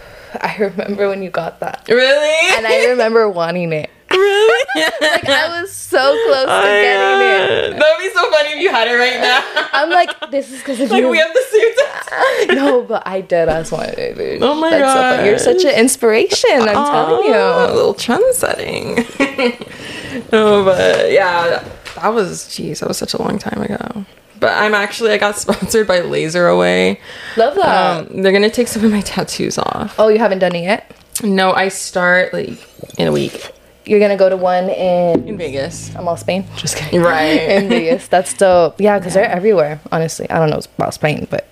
Speaker 1: I remember when you got that.
Speaker 2: Really?
Speaker 1: And I remember wanting it.
Speaker 2: really?
Speaker 1: Like I was so close
Speaker 2: Oh,
Speaker 1: to getting it.
Speaker 2: That would uh, be so funny if you had it right now.
Speaker 1: I'm like, this is because of
Speaker 2: like
Speaker 1: you.
Speaker 2: we have the same tattoo.
Speaker 1: no, but I did. I just wanted it. Dude.
Speaker 2: Oh my
Speaker 1: That's so funny. You're such an inspiration. I'm
Speaker 2: Aw, Oh, a
Speaker 1: telling you.
Speaker 2: little trend setting. no, but yeah, that was jeez, that was such a long time ago. But I'm actually I got sponsored by Laser Away.
Speaker 1: Love that.
Speaker 2: Um, they're gonna take some of my tattoos off.
Speaker 1: oh, you haven't done it yet.
Speaker 2: No, I start like in a week
Speaker 1: You're gonna go to one in.
Speaker 2: in Vegas.
Speaker 1: I'm all Spain. Just kidding.
Speaker 2: Right.
Speaker 1: In Vegas. That's dope. Yeah, because they're everywhere. Honestly, I don't know about Spain, but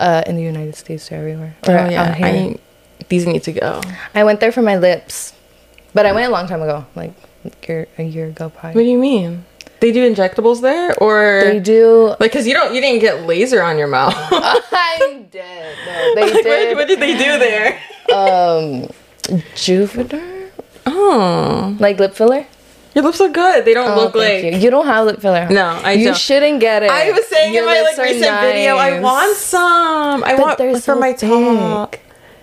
Speaker 1: uh, in the United States, they're everywhere.
Speaker 2: oh
Speaker 1: Or
Speaker 2: yeah.
Speaker 1: out here.
Speaker 2: I, these need to go.
Speaker 1: I went there for my lips, but I went a long time ago, like year, a year ago
Speaker 2: What
Speaker 1: probably.
Speaker 2: do you mean? They do injectables there, or
Speaker 1: They do.
Speaker 2: like because you don't you didn't get laser on your mouth.
Speaker 1: I'm dead. No, they
Speaker 2: Like, what,
Speaker 1: did.
Speaker 2: what did they do there?
Speaker 1: Um, Juvederm,
Speaker 2: Oh,
Speaker 1: like lip filler.
Speaker 2: your lips look good. They don't
Speaker 1: Oh,
Speaker 2: look like.
Speaker 1: thank you. you don't have lip filler.
Speaker 2: No, I
Speaker 1: You
Speaker 2: don't.
Speaker 1: shouldn't get it.
Speaker 2: I was saying
Speaker 1: Your
Speaker 2: in my like
Speaker 1: lips are
Speaker 2: recent video, I
Speaker 1: nice.
Speaker 2: want some. I
Speaker 1: But
Speaker 2: want
Speaker 1: they're
Speaker 2: for
Speaker 1: so
Speaker 2: my top.
Speaker 1: big.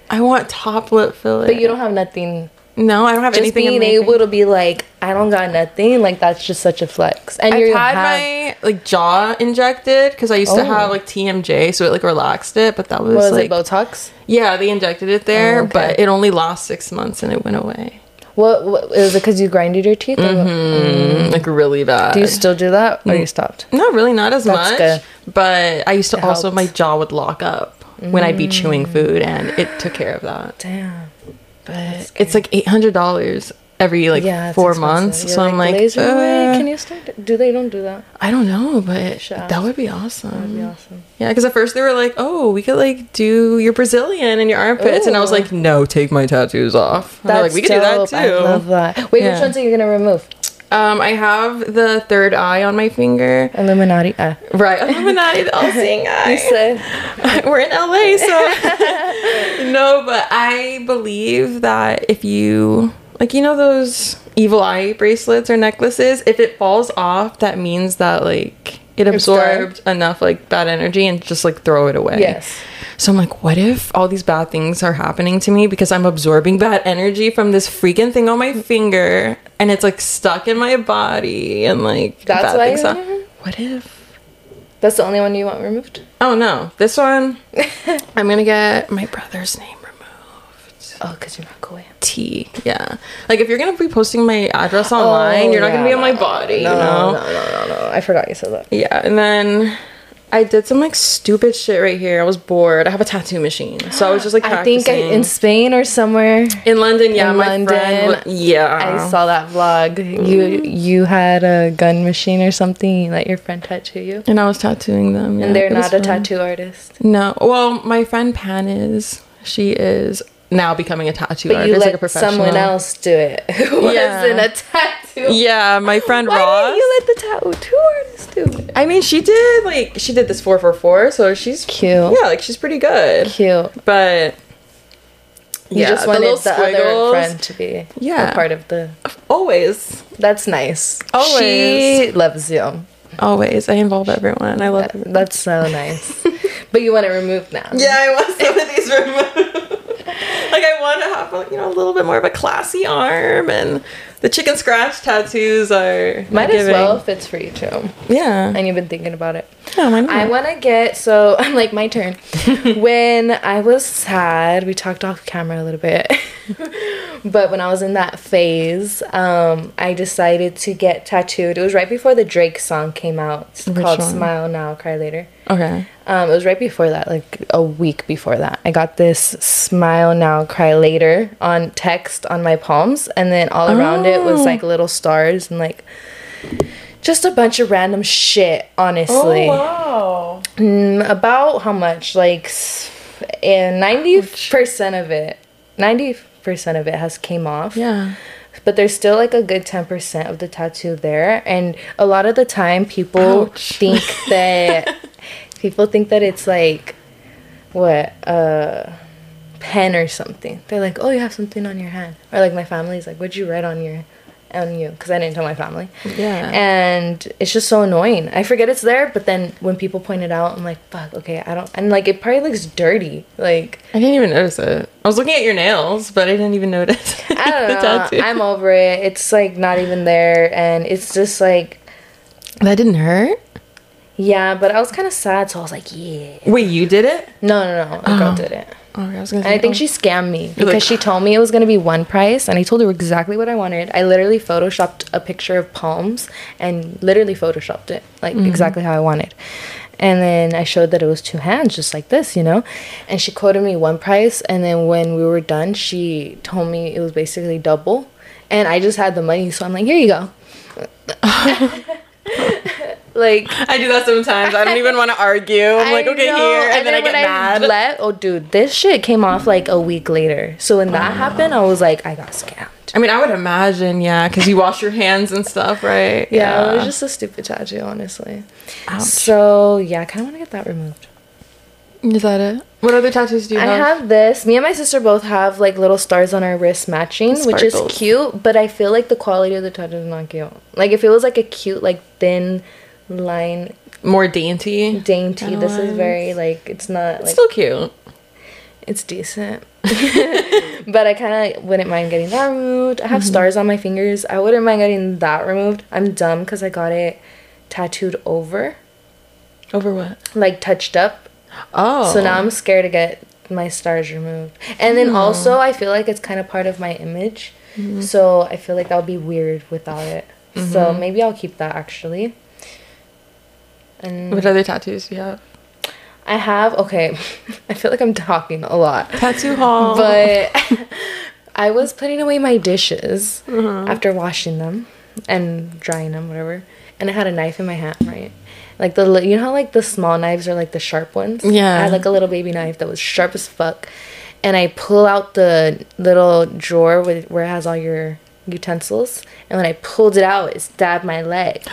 Speaker 2: I want top lip filler.
Speaker 1: But you don't have nothing
Speaker 2: No, I don't have
Speaker 1: Just
Speaker 2: anything.
Speaker 1: being
Speaker 2: amazing.
Speaker 1: able to be like, I don't got nothing, like that's just such a flex. And
Speaker 2: I've
Speaker 1: you
Speaker 2: had
Speaker 1: have
Speaker 2: my like jaw injected because I used to
Speaker 1: Oh.
Speaker 2: have like TMJ, so it like relaxed it. But that was,
Speaker 1: what was
Speaker 2: like
Speaker 1: it, Botox?
Speaker 2: yeah, they injected it there,
Speaker 1: Oh, okay.
Speaker 2: but it only lasts six months and it went away
Speaker 1: What, what is it? Because you grinded your teeth? or what?
Speaker 2: Mm-hmm. Mm, like really bad.
Speaker 1: Mm. Do you still do that,
Speaker 2: Mm.
Speaker 1: or you stopped?
Speaker 2: No, really not as
Speaker 1: That's
Speaker 2: much.
Speaker 1: good.
Speaker 2: But I used to
Speaker 1: It Mm.
Speaker 2: also
Speaker 1: helps.
Speaker 2: my jaw would lock up when I'd be chewing food, and it took care of that.
Speaker 1: Damn.
Speaker 2: But it's like eight hundred dollars every like
Speaker 1: Yeah, it's
Speaker 2: four
Speaker 1: expensive.
Speaker 2: months.
Speaker 1: You're
Speaker 2: so I'm like,
Speaker 1: laser
Speaker 2: uh,
Speaker 1: away? Can you start? Do they don't do that?
Speaker 2: I don't know, but
Speaker 1: Should
Speaker 2: that
Speaker 1: ask.
Speaker 2: would be awesome.
Speaker 1: That'd be awesome.
Speaker 2: Yeah, because at first they were like, "Oh, we could like do your Brazilian and your armpits," and I was
Speaker 1: Ooh.
Speaker 2: like, "No, take my tattoos off." And they're
Speaker 1: That's
Speaker 2: like, "We could
Speaker 1: dope.
Speaker 2: do
Speaker 1: I love
Speaker 2: that
Speaker 1: that. Wait,
Speaker 2: Yeah.
Speaker 1: which ones are you gonna remove?
Speaker 2: too." Um, I have the third eye on my finger,
Speaker 1: Illuminati. Ah.
Speaker 2: right? Illuminati, the all-seeing
Speaker 1: You
Speaker 2: eye.
Speaker 1: said
Speaker 2: We're in LA, so no. But I believe that if you like, you know those evil eye bracelets or necklaces, if it falls off, that means that like it
Speaker 1: done.
Speaker 2: absorbed enough like bad energy and just like throw it away.
Speaker 1: yes.
Speaker 2: So I'm like, what if all these bad things are happening to me because I'm absorbing bad energy from this freaking thing on my
Speaker 1: Mm.
Speaker 2: finger and it's like stuck in my body and like
Speaker 1: That's
Speaker 2: bad
Speaker 1: why
Speaker 2: things
Speaker 1: you-
Speaker 2: hap- What if?
Speaker 1: That's the only one you want removed.
Speaker 2: Oh no, this one. I'm gonna get my brother's name removed.
Speaker 1: Oh, cause you're not going.
Speaker 2: T. Yeah. Like if you're gonna be posting my address online, you're not gonna be on my body.
Speaker 1: Oh, No,
Speaker 2: you know?
Speaker 1: no, no, no, no. I forgot you said that.
Speaker 2: Yeah, and then I did some like stupid shit right here. I was bored. I have a tattoo machine, so I was just like
Speaker 1: I think I,
Speaker 2: practicing.
Speaker 1: in Spain or somewhere.
Speaker 2: In London, yeah,
Speaker 1: In
Speaker 2: my friend.
Speaker 1: London,
Speaker 2: wa- yeah,
Speaker 1: I saw that vlog. You you had a gun machine or something. You let your friend tattoo you,
Speaker 2: and I was tattooing them. yeah.
Speaker 1: and they're
Speaker 2: It was
Speaker 1: not a
Speaker 2: fun.
Speaker 1: tattoo artist.
Speaker 2: No, well, my friend Pan is. She is now becoming a tattoo
Speaker 1: But
Speaker 2: artist,
Speaker 1: you
Speaker 2: like a
Speaker 1: let
Speaker 2: professional.
Speaker 1: someone else do it. Who
Speaker 2: Yeah.
Speaker 1: wasn't a tattoo.
Speaker 2: Yeah, my friend
Speaker 1: Why
Speaker 2: Ross.
Speaker 1: didn't you let the tattoo artist do it?
Speaker 2: I mean, she did like she did this four four four, so she's
Speaker 1: Cute.
Speaker 2: Yeah, like she's pretty good,
Speaker 1: Cute.
Speaker 2: but.
Speaker 1: You
Speaker 2: yeah,
Speaker 1: just wanted the,
Speaker 2: little
Speaker 1: other
Speaker 2: squiggles.
Speaker 1: friend to be
Speaker 2: Yeah.
Speaker 1: a part of the.
Speaker 2: Always,
Speaker 1: That's nice.
Speaker 2: Always.
Speaker 1: She loves you.
Speaker 2: always. I involve everyone. I love everyone.
Speaker 1: That's so nice. but you want it removed now.
Speaker 2: Yeah, I want some of these removed. like I want to have like, you know a little bit more of a classy arm, and the chicken scratch tattoos are
Speaker 1: Might as
Speaker 2: giving.
Speaker 1: well if it's for you too.
Speaker 2: Yeah,
Speaker 1: And you've been thinking about it.
Speaker 2: yeah, why not?
Speaker 1: I want to get so I'm like my turn. when I was sad, we talked off camera a little bit. but when I was in that phase, um, I decided to get tattooed. It was right before the Drake song came out. It's
Speaker 2: Which
Speaker 1: called
Speaker 2: one?
Speaker 1: Smile Now, Cry Later.
Speaker 2: okay,
Speaker 1: Um, it was right before that, like a week before that. I got this smile now, cry later on text on my palms, and then all around it was like
Speaker 2: Oh.
Speaker 1: little stars and like just a bunch of random shit, honestly.
Speaker 2: Oh, wow,
Speaker 1: Mm, about how much? Like, s- and 90% of it, 90% of it has came off
Speaker 2: yeah,
Speaker 1: but there's still like a good 10% of the tattoo there and a lot of the time people
Speaker 2: Ouch.
Speaker 1: think that people think that it's like what uh pen or something they're like oh you have something on your hand or like my family's like what'd you write on your on you because i didn't tell my family
Speaker 2: Yeah.
Speaker 1: and it's just so annoying i forget it's there but then when people point it out i'm like fuck okay i don't and like it probably looks dirty like
Speaker 2: I didn't even notice it. I was looking at your nails, but I didn't even notice
Speaker 1: I don't know. I'm over it. It's like not even there, and it's just like
Speaker 2: that didn't hurt.
Speaker 1: yeah. But I was kind of sad, so I was like, yeah.
Speaker 2: Wait, you did it?
Speaker 1: No, no, no. A girl did it,
Speaker 2: Oh, I was gonna.
Speaker 1: and I think she scammed me because she told me it was gonna be one price, and I told her exactly what I wanted. I literally photoshopped a picture of palms and literally photoshopped it like
Speaker 2: Mm-hmm.
Speaker 1: exactly how I wanted. And then I showed that it was two hands, just like this, you know. And she quoted me one price, and then when we were done, she told me it was basically double. And I just had the money, so I'm like, here you go. like
Speaker 2: I do that sometimes. I don't even want to argue. I'm like,
Speaker 1: I
Speaker 2: okay,
Speaker 1: know,
Speaker 2: here, and, then, I get
Speaker 1: when
Speaker 2: mad.
Speaker 1: Let, oh, dude, this shit came off like a week later. So when
Speaker 2: Oh.
Speaker 1: that happened, I was like, I got scammed.
Speaker 2: I mean, I would imagine, yeah, because you wash your hands and stuff, right?
Speaker 1: Yeah, it was just a stupid tattoo, honestly.
Speaker 2: Ouch.
Speaker 1: So yeah, I kind of want to get that removed.
Speaker 2: Is that it? What other tattoos do you
Speaker 1: I
Speaker 2: have?
Speaker 1: have this. Me and my sister both have like little stars on our wrists matching, which is
Speaker 2: Sparkles.
Speaker 1: cute. But I feel like the quality of the tattoo is not cute. Like if it was like a cute, like thin line,
Speaker 2: More dainty.
Speaker 1: dainty. This is
Speaker 2: Kinda
Speaker 1: very like it's not like
Speaker 2: It's still cute.
Speaker 1: it's decent. but I kind of wouldn't mind getting that removed. I have stars on my fingers. I wouldn't mind getting that removed. I'm dumb because I got it tattooed over,
Speaker 2: Over what?
Speaker 1: like touched up.
Speaker 2: Oh.
Speaker 1: So now I'm scared to get my stars removed. And then also, I feel like it's kind of part of my image. So I feel like that would be weird without it. So maybe I'll keep that actually. And
Speaker 2: What other tattoos do you have?
Speaker 1: I have, okay, I feel like I'm talking a lot.
Speaker 2: Tattoo haul.
Speaker 1: but I was putting away my dishes after washing them and drying them, whatever. And I had a knife in my hand, right? Like the li- you know how like the small knives are like the sharp ones.
Speaker 2: Yeah.
Speaker 1: I had like a little baby knife that was sharp as fuck, and I pull out the little drawer with where it has all your utensils, and when I pulled it out, it stabbed my leg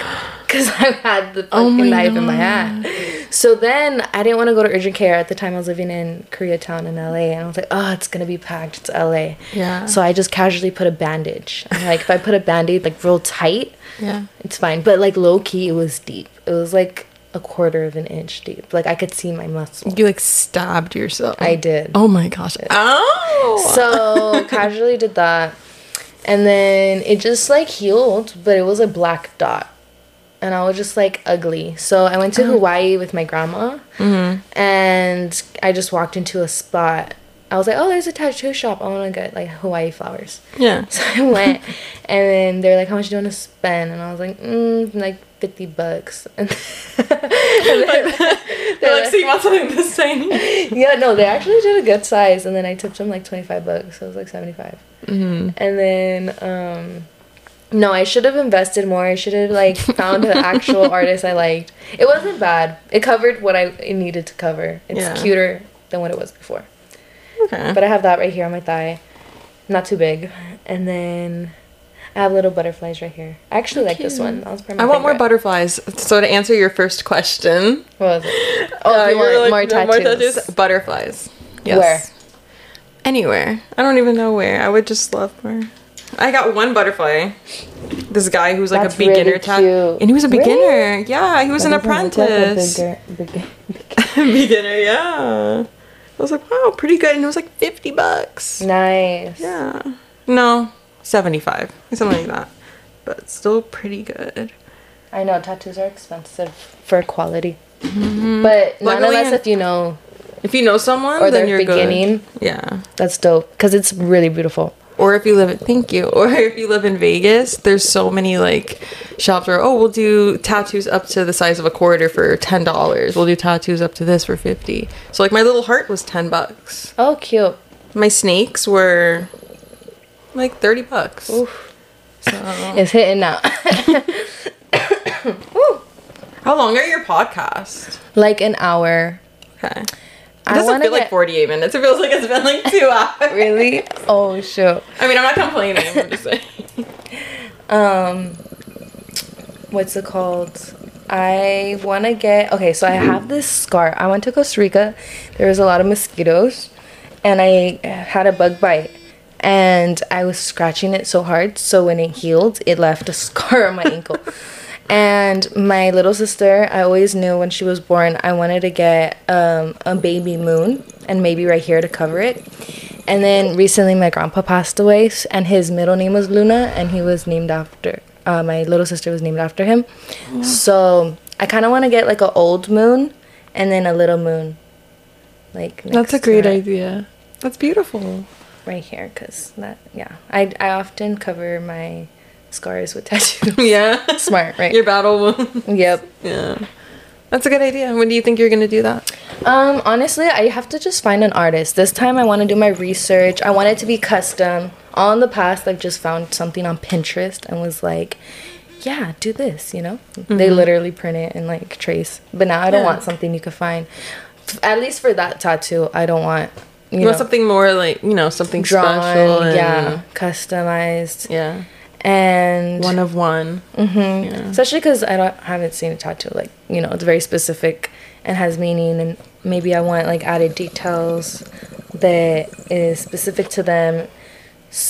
Speaker 1: because I had the fucking
Speaker 2: Oh
Speaker 1: knife in my hand. So then I didn't want to go to urgent care at the time. I was living in Koreatown in LA, and I was like, oh, it's gonna be packed. It's LA.
Speaker 2: Yeah.
Speaker 1: So I just casually put a bandage. I'm like, if I put a bandage like real tight,
Speaker 2: yeah.
Speaker 1: it's fine. But like low key, it was deep. It was like a quarter of an inch deep. Like I could see my muscle.
Speaker 2: You like stabbed yourself.
Speaker 1: I did.
Speaker 2: Oh my gosh. Oh.
Speaker 1: So casually did that. And then it just like healed, but it was a black dot. And I was just like ugly. So I went to Hawaii with my grandma. And I just walked into a spot. I was like, oh, there's a tattoo shop. I want to get like Hawaii flowers.
Speaker 2: yeah.
Speaker 1: So I went, and then they were like, "How much do you want to spend?" And I was like, mm, "Like fifty bucks." And
Speaker 2: They're like, so you want something the same?
Speaker 1: yeah, no, they actually did a good size, and then I tipped them like twenty five bucks, so it was like seventy
Speaker 2: Mm-hmm.
Speaker 1: And then, um, no, I should have invested more. I should have like found an actual artist I liked. It wasn't bad. It covered what I it needed to cover. It's
Speaker 2: Yeah.
Speaker 1: cuter than what it was before.
Speaker 2: Okay.
Speaker 1: But I have that right here on my thigh. Not too big. And then I have little butterflies right here. I actually like this one. That was probably my
Speaker 2: I want more
Speaker 1: favorite.
Speaker 2: butterflies. So to answer your first question,
Speaker 1: What was it? Oh,
Speaker 2: uh,
Speaker 1: you
Speaker 2: were
Speaker 1: want
Speaker 2: like,
Speaker 1: more,
Speaker 2: no,
Speaker 1: tattoos.
Speaker 2: Butterflies.
Speaker 1: Where?
Speaker 2: Anywhere. I don't even know where. I would just love more. I got one butterfly. This guy who's like
Speaker 1: That's
Speaker 2: a beginner
Speaker 1: really
Speaker 2: tat-
Speaker 1: cute.
Speaker 2: and he was a
Speaker 1: Really?
Speaker 2: beginner. Yeah, he was an
Speaker 1: That doesn't look like a
Speaker 2: apprentice.
Speaker 1: bigger- bigger-
Speaker 2: beginner, yeah. I was like, wow, pretty good, and it was like fifty bucks.
Speaker 1: nice.
Speaker 2: Yeah, no, seventy-five, something like that, but still pretty good.
Speaker 1: I know tattoos are expensive for quality.
Speaker 2: Mm-hmm.
Speaker 1: But none
Speaker 2: Luckily
Speaker 1: unless
Speaker 2: in-
Speaker 1: if you know
Speaker 2: If you know someone,
Speaker 1: or
Speaker 2: then
Speaker 1: they're
Speaker 2: you're
Speaker 1: beginning,
Speaker 2: good. Yeah,
Speaker 1: that's dope because it's really beautiful.
Speaker 2: or if you live in thank you, or if you live in Vegas, there's so many like shops where oh, we'll do tattoos up to the size of a quarter for ten dollars. We'll do tattoos up to this for fifty. So like my little heart was ten bucks.
Speaker 1: Oh, cute.
Speaker 2: My snakes were like thirty bucks. So.
Speaker 1: It's hitting now.
Speaker 2: How long are your podcasts?
Speaker 1: like an hour.
Speaker 2: Okay. It
Speaker 1: I
Speaker 2: doesn't
Speaker 1: wanna
Speaker 2: feel like
Speaker 1: get-
Speaker 2: 48 minutes. It feels like it's been like two hours.
Speaker 1: Really? Oh, shoot.
Speaker 2: I mean, I'm not complaining. I'm just saying.
Speaker 1: um what's it called i want to get okay so i have this scar i went to costa rica there was a lot of mosquitoes and i had a bug bite and i was scratching it so hard so when it healed it left a scar on my ankle and my little sister i always knew when she was born i wanted to get um, a baby moon and maybe right here to cover it and then recently, my grandpa passed away, s- and his middle name was Luna, and he was named after uh, my little sister was named after him. So I kind of want to get like a old moon and then a little moon, like next to it,
Speaker 2: idea. That's beautiful.
Speaker 1: right here, cause that yeah, I I often cover my scars with tattoos.
Speaker 2: Yeah.
Speaker 1: Smart, right?
Speaker 2: Your battle wound.
Speaker 1: yep.
Speaker 2: yeah. That's a good idea. When do you think you're going to do that?
Speaker 1: Um, honestly, I have to just find an artist. This time I want to do my research. I want it to be custom. All in the past, I've just found something on Pinterest and was like, yeah, do this, you know? They literally print it and like trace. But now I don't
Speaker 2: Mm-hmm. Yeah.
Speaker 1: want something you could find. F- At least for that tattoo, I don't want, you,
Speaker 2: You
Speaker 1: know,
Speaker 2: want something more like, you know, something
Speaker 1: drawn,
Speaker 2: special. And,
Speaker 1: yeah, customized.
Speaker 2: Yeah.
Speaker 1: And
Speaker 2: One of one.
Speaker 1: Mm-hmm. especially because I don't haven't seen a tattoo like you know it's very specific and has meaning and maybe I want like added details that is specific to them.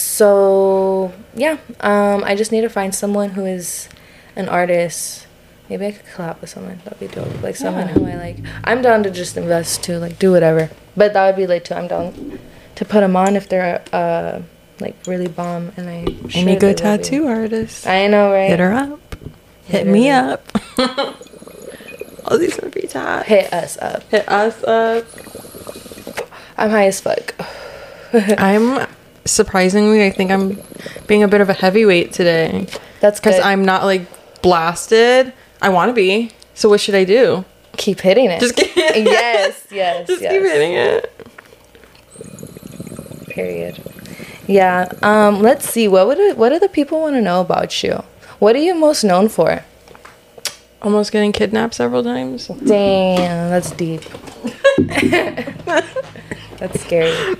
Speaker 1: So yeah, um, I just need to find someone who is an artist. Maybe I could collab with someone. That'd be dope. Like someone who I like. I'm down to just invest too. Like do whatever. But that would be late too. I'm down to put them on if they're uh, like really bomb. And I sure
Speaker 2: Any good
Speaker 1: they will be.
Speaker 2: tattoo artist?
Speaker 1: I know, right?
Speaker 2: Hit her up.
Speaker 1: Hit
Speaker 2: Hit, me
Speaker 1: her
Speaker 2: up. All these gonna be tats.
Speaker 1: Hit us up.
Speaker 2: Hit us up.
Speaker 1: I'm high as fuck.
Speaker 2: I'm surprisingly, I think I'm being a bit of a heavyweight today
Speaker 1: That's
Speaker 2: because
Speaker 1: good.
Speaker 2: I'm not like blasted. I want to be. So what should I do?
Speaker 1: keep hitting it.
Speaker 2: Just kidding.
Speaker 1: yes, yes,
Speaker 2: Just
Speaker 1: yes.
Speaker 2: keep hitting it.
Speaker 1: Period. Yeah. Um. Let's see. What would what do the people want to know about you? What are you most known for?
Speaker 2: Almost getting kidnapped several times.
Speaker 1: Damn, that's deep. that's scary.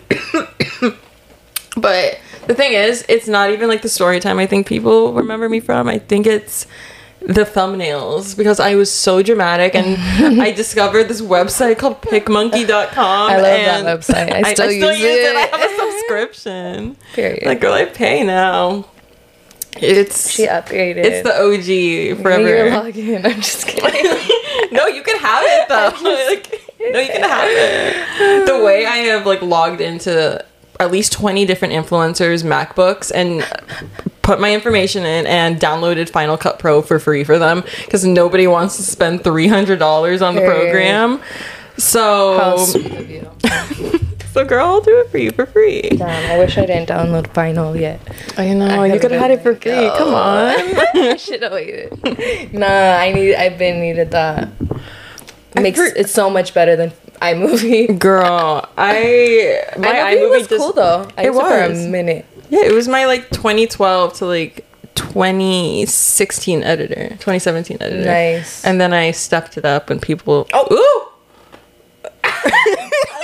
Speaker 2: But the thing is, it's not even like the story time I think people remember me from. I think it's the thumbnails because I was so dramatic and I discovered this website called pickmonkey.com.
Speaker 1: I love that
Speaker 2: and
Speaker 1: website. I still use
Speaker 2: I
Speaker 1: it.
Speaker 2: have a subscription.
Speaker 1: Period.
Speaker 2: Like, girl, I pay now. It's
Speaker 1: She upgraded.
Speaker 2: it's the OG
Speaker 1: Give me your
Speaker 2: forever.
Speaker 1: login. I'm just kidding.
Speaker 2: no, you can have it though. Like, no, you can have it. The way I have like logged into at least twenty different influencers' MacBooks and put my information in and downloaded Final Cut Pro for free for them because nobody wants to spend three hundred dollars on the
Speaker 1: Period.
Speaker 2: program. So,
Speaker 1: How sweet of you.
Speaker 2: so girl, I'll do it for you for free.
Speaker 1: Damn, I wish I didn't download Final yet.
Speaker 2: I know
Speaker 1: I
Speaker 2: you
Speaker 1: Oh, could've
Speaker 2: could have had
Speaker 1: been
Speaker 2: it for
Speaker 1: like,
Speaker 2: free. Come on.
Speaker 1: I should have waited. Nah, I need. I've been needed that. Makes
Speaker 2: heard-
Speaker 1: it's so much better than iMovie.
Speaker 2: Girl, I my
Speaker 1: iMovie
Speaker 2: iMovie
Speaker 1: was
Speaker 2: dis-
Speaker 1: cool though. I
Speaker 2: It
Speaker 1: used it for a
Speaker 2: was.
Speaker 1: minute.
Speaker 2: Yeah, it was my like 2012 to like 2016 editor, 2017 editor.
Speaker 1: Nice.
Speaker 2: And then I stepped it up when people. Oh,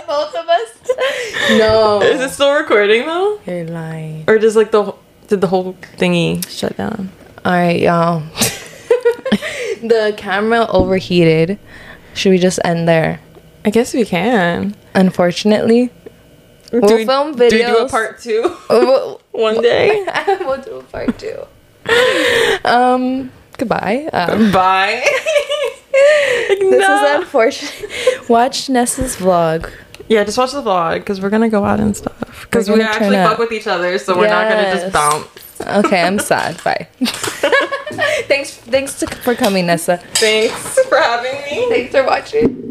Speaker 1: Both of us. no,
Speaker 2: ooh! Is it still recording though?
Speaker 1: you're lying.
Speaker 2: Or does like the wh- did the whole thingy shut down?
Speaker 1: All right, y'all. the camera overheated. Should we just end there?
Speaker 2: I guess we can.
Speaker 1: Unfortunately, we'll film videos.
Speaker 2: Do we do a part two
Speaker 1: We'll-
Speaker 2: one day?
Speaker 1: we'll do a part two. Um, goodbye. Um,
Speaker 2: Bye. Like,
Speaker 1: This
Speaker 2: no.
Speaker 1: is unfortunate. Watch Nessa's vlog.
Speaker 2: yeah, just watch the vlog because we're gonna go out and stuff. Because
Speaker 1: We're
Speaker 2: we
Speaker 1: gonna
Speaker 2: actually
Speaker 1: turn
Speaker 2: fuck
Speaker 1: up.
Speaker 2: with each other, so we're not gonna
Speaker 1: Yes.
Speaker 2: just bounce.
Speaker 1: Okay, I'm sad. Bye. thanks, thanks to, for coming, Nessa.
Speaker 2: Thanks for having me.
Speaker 1: Thanks for watching.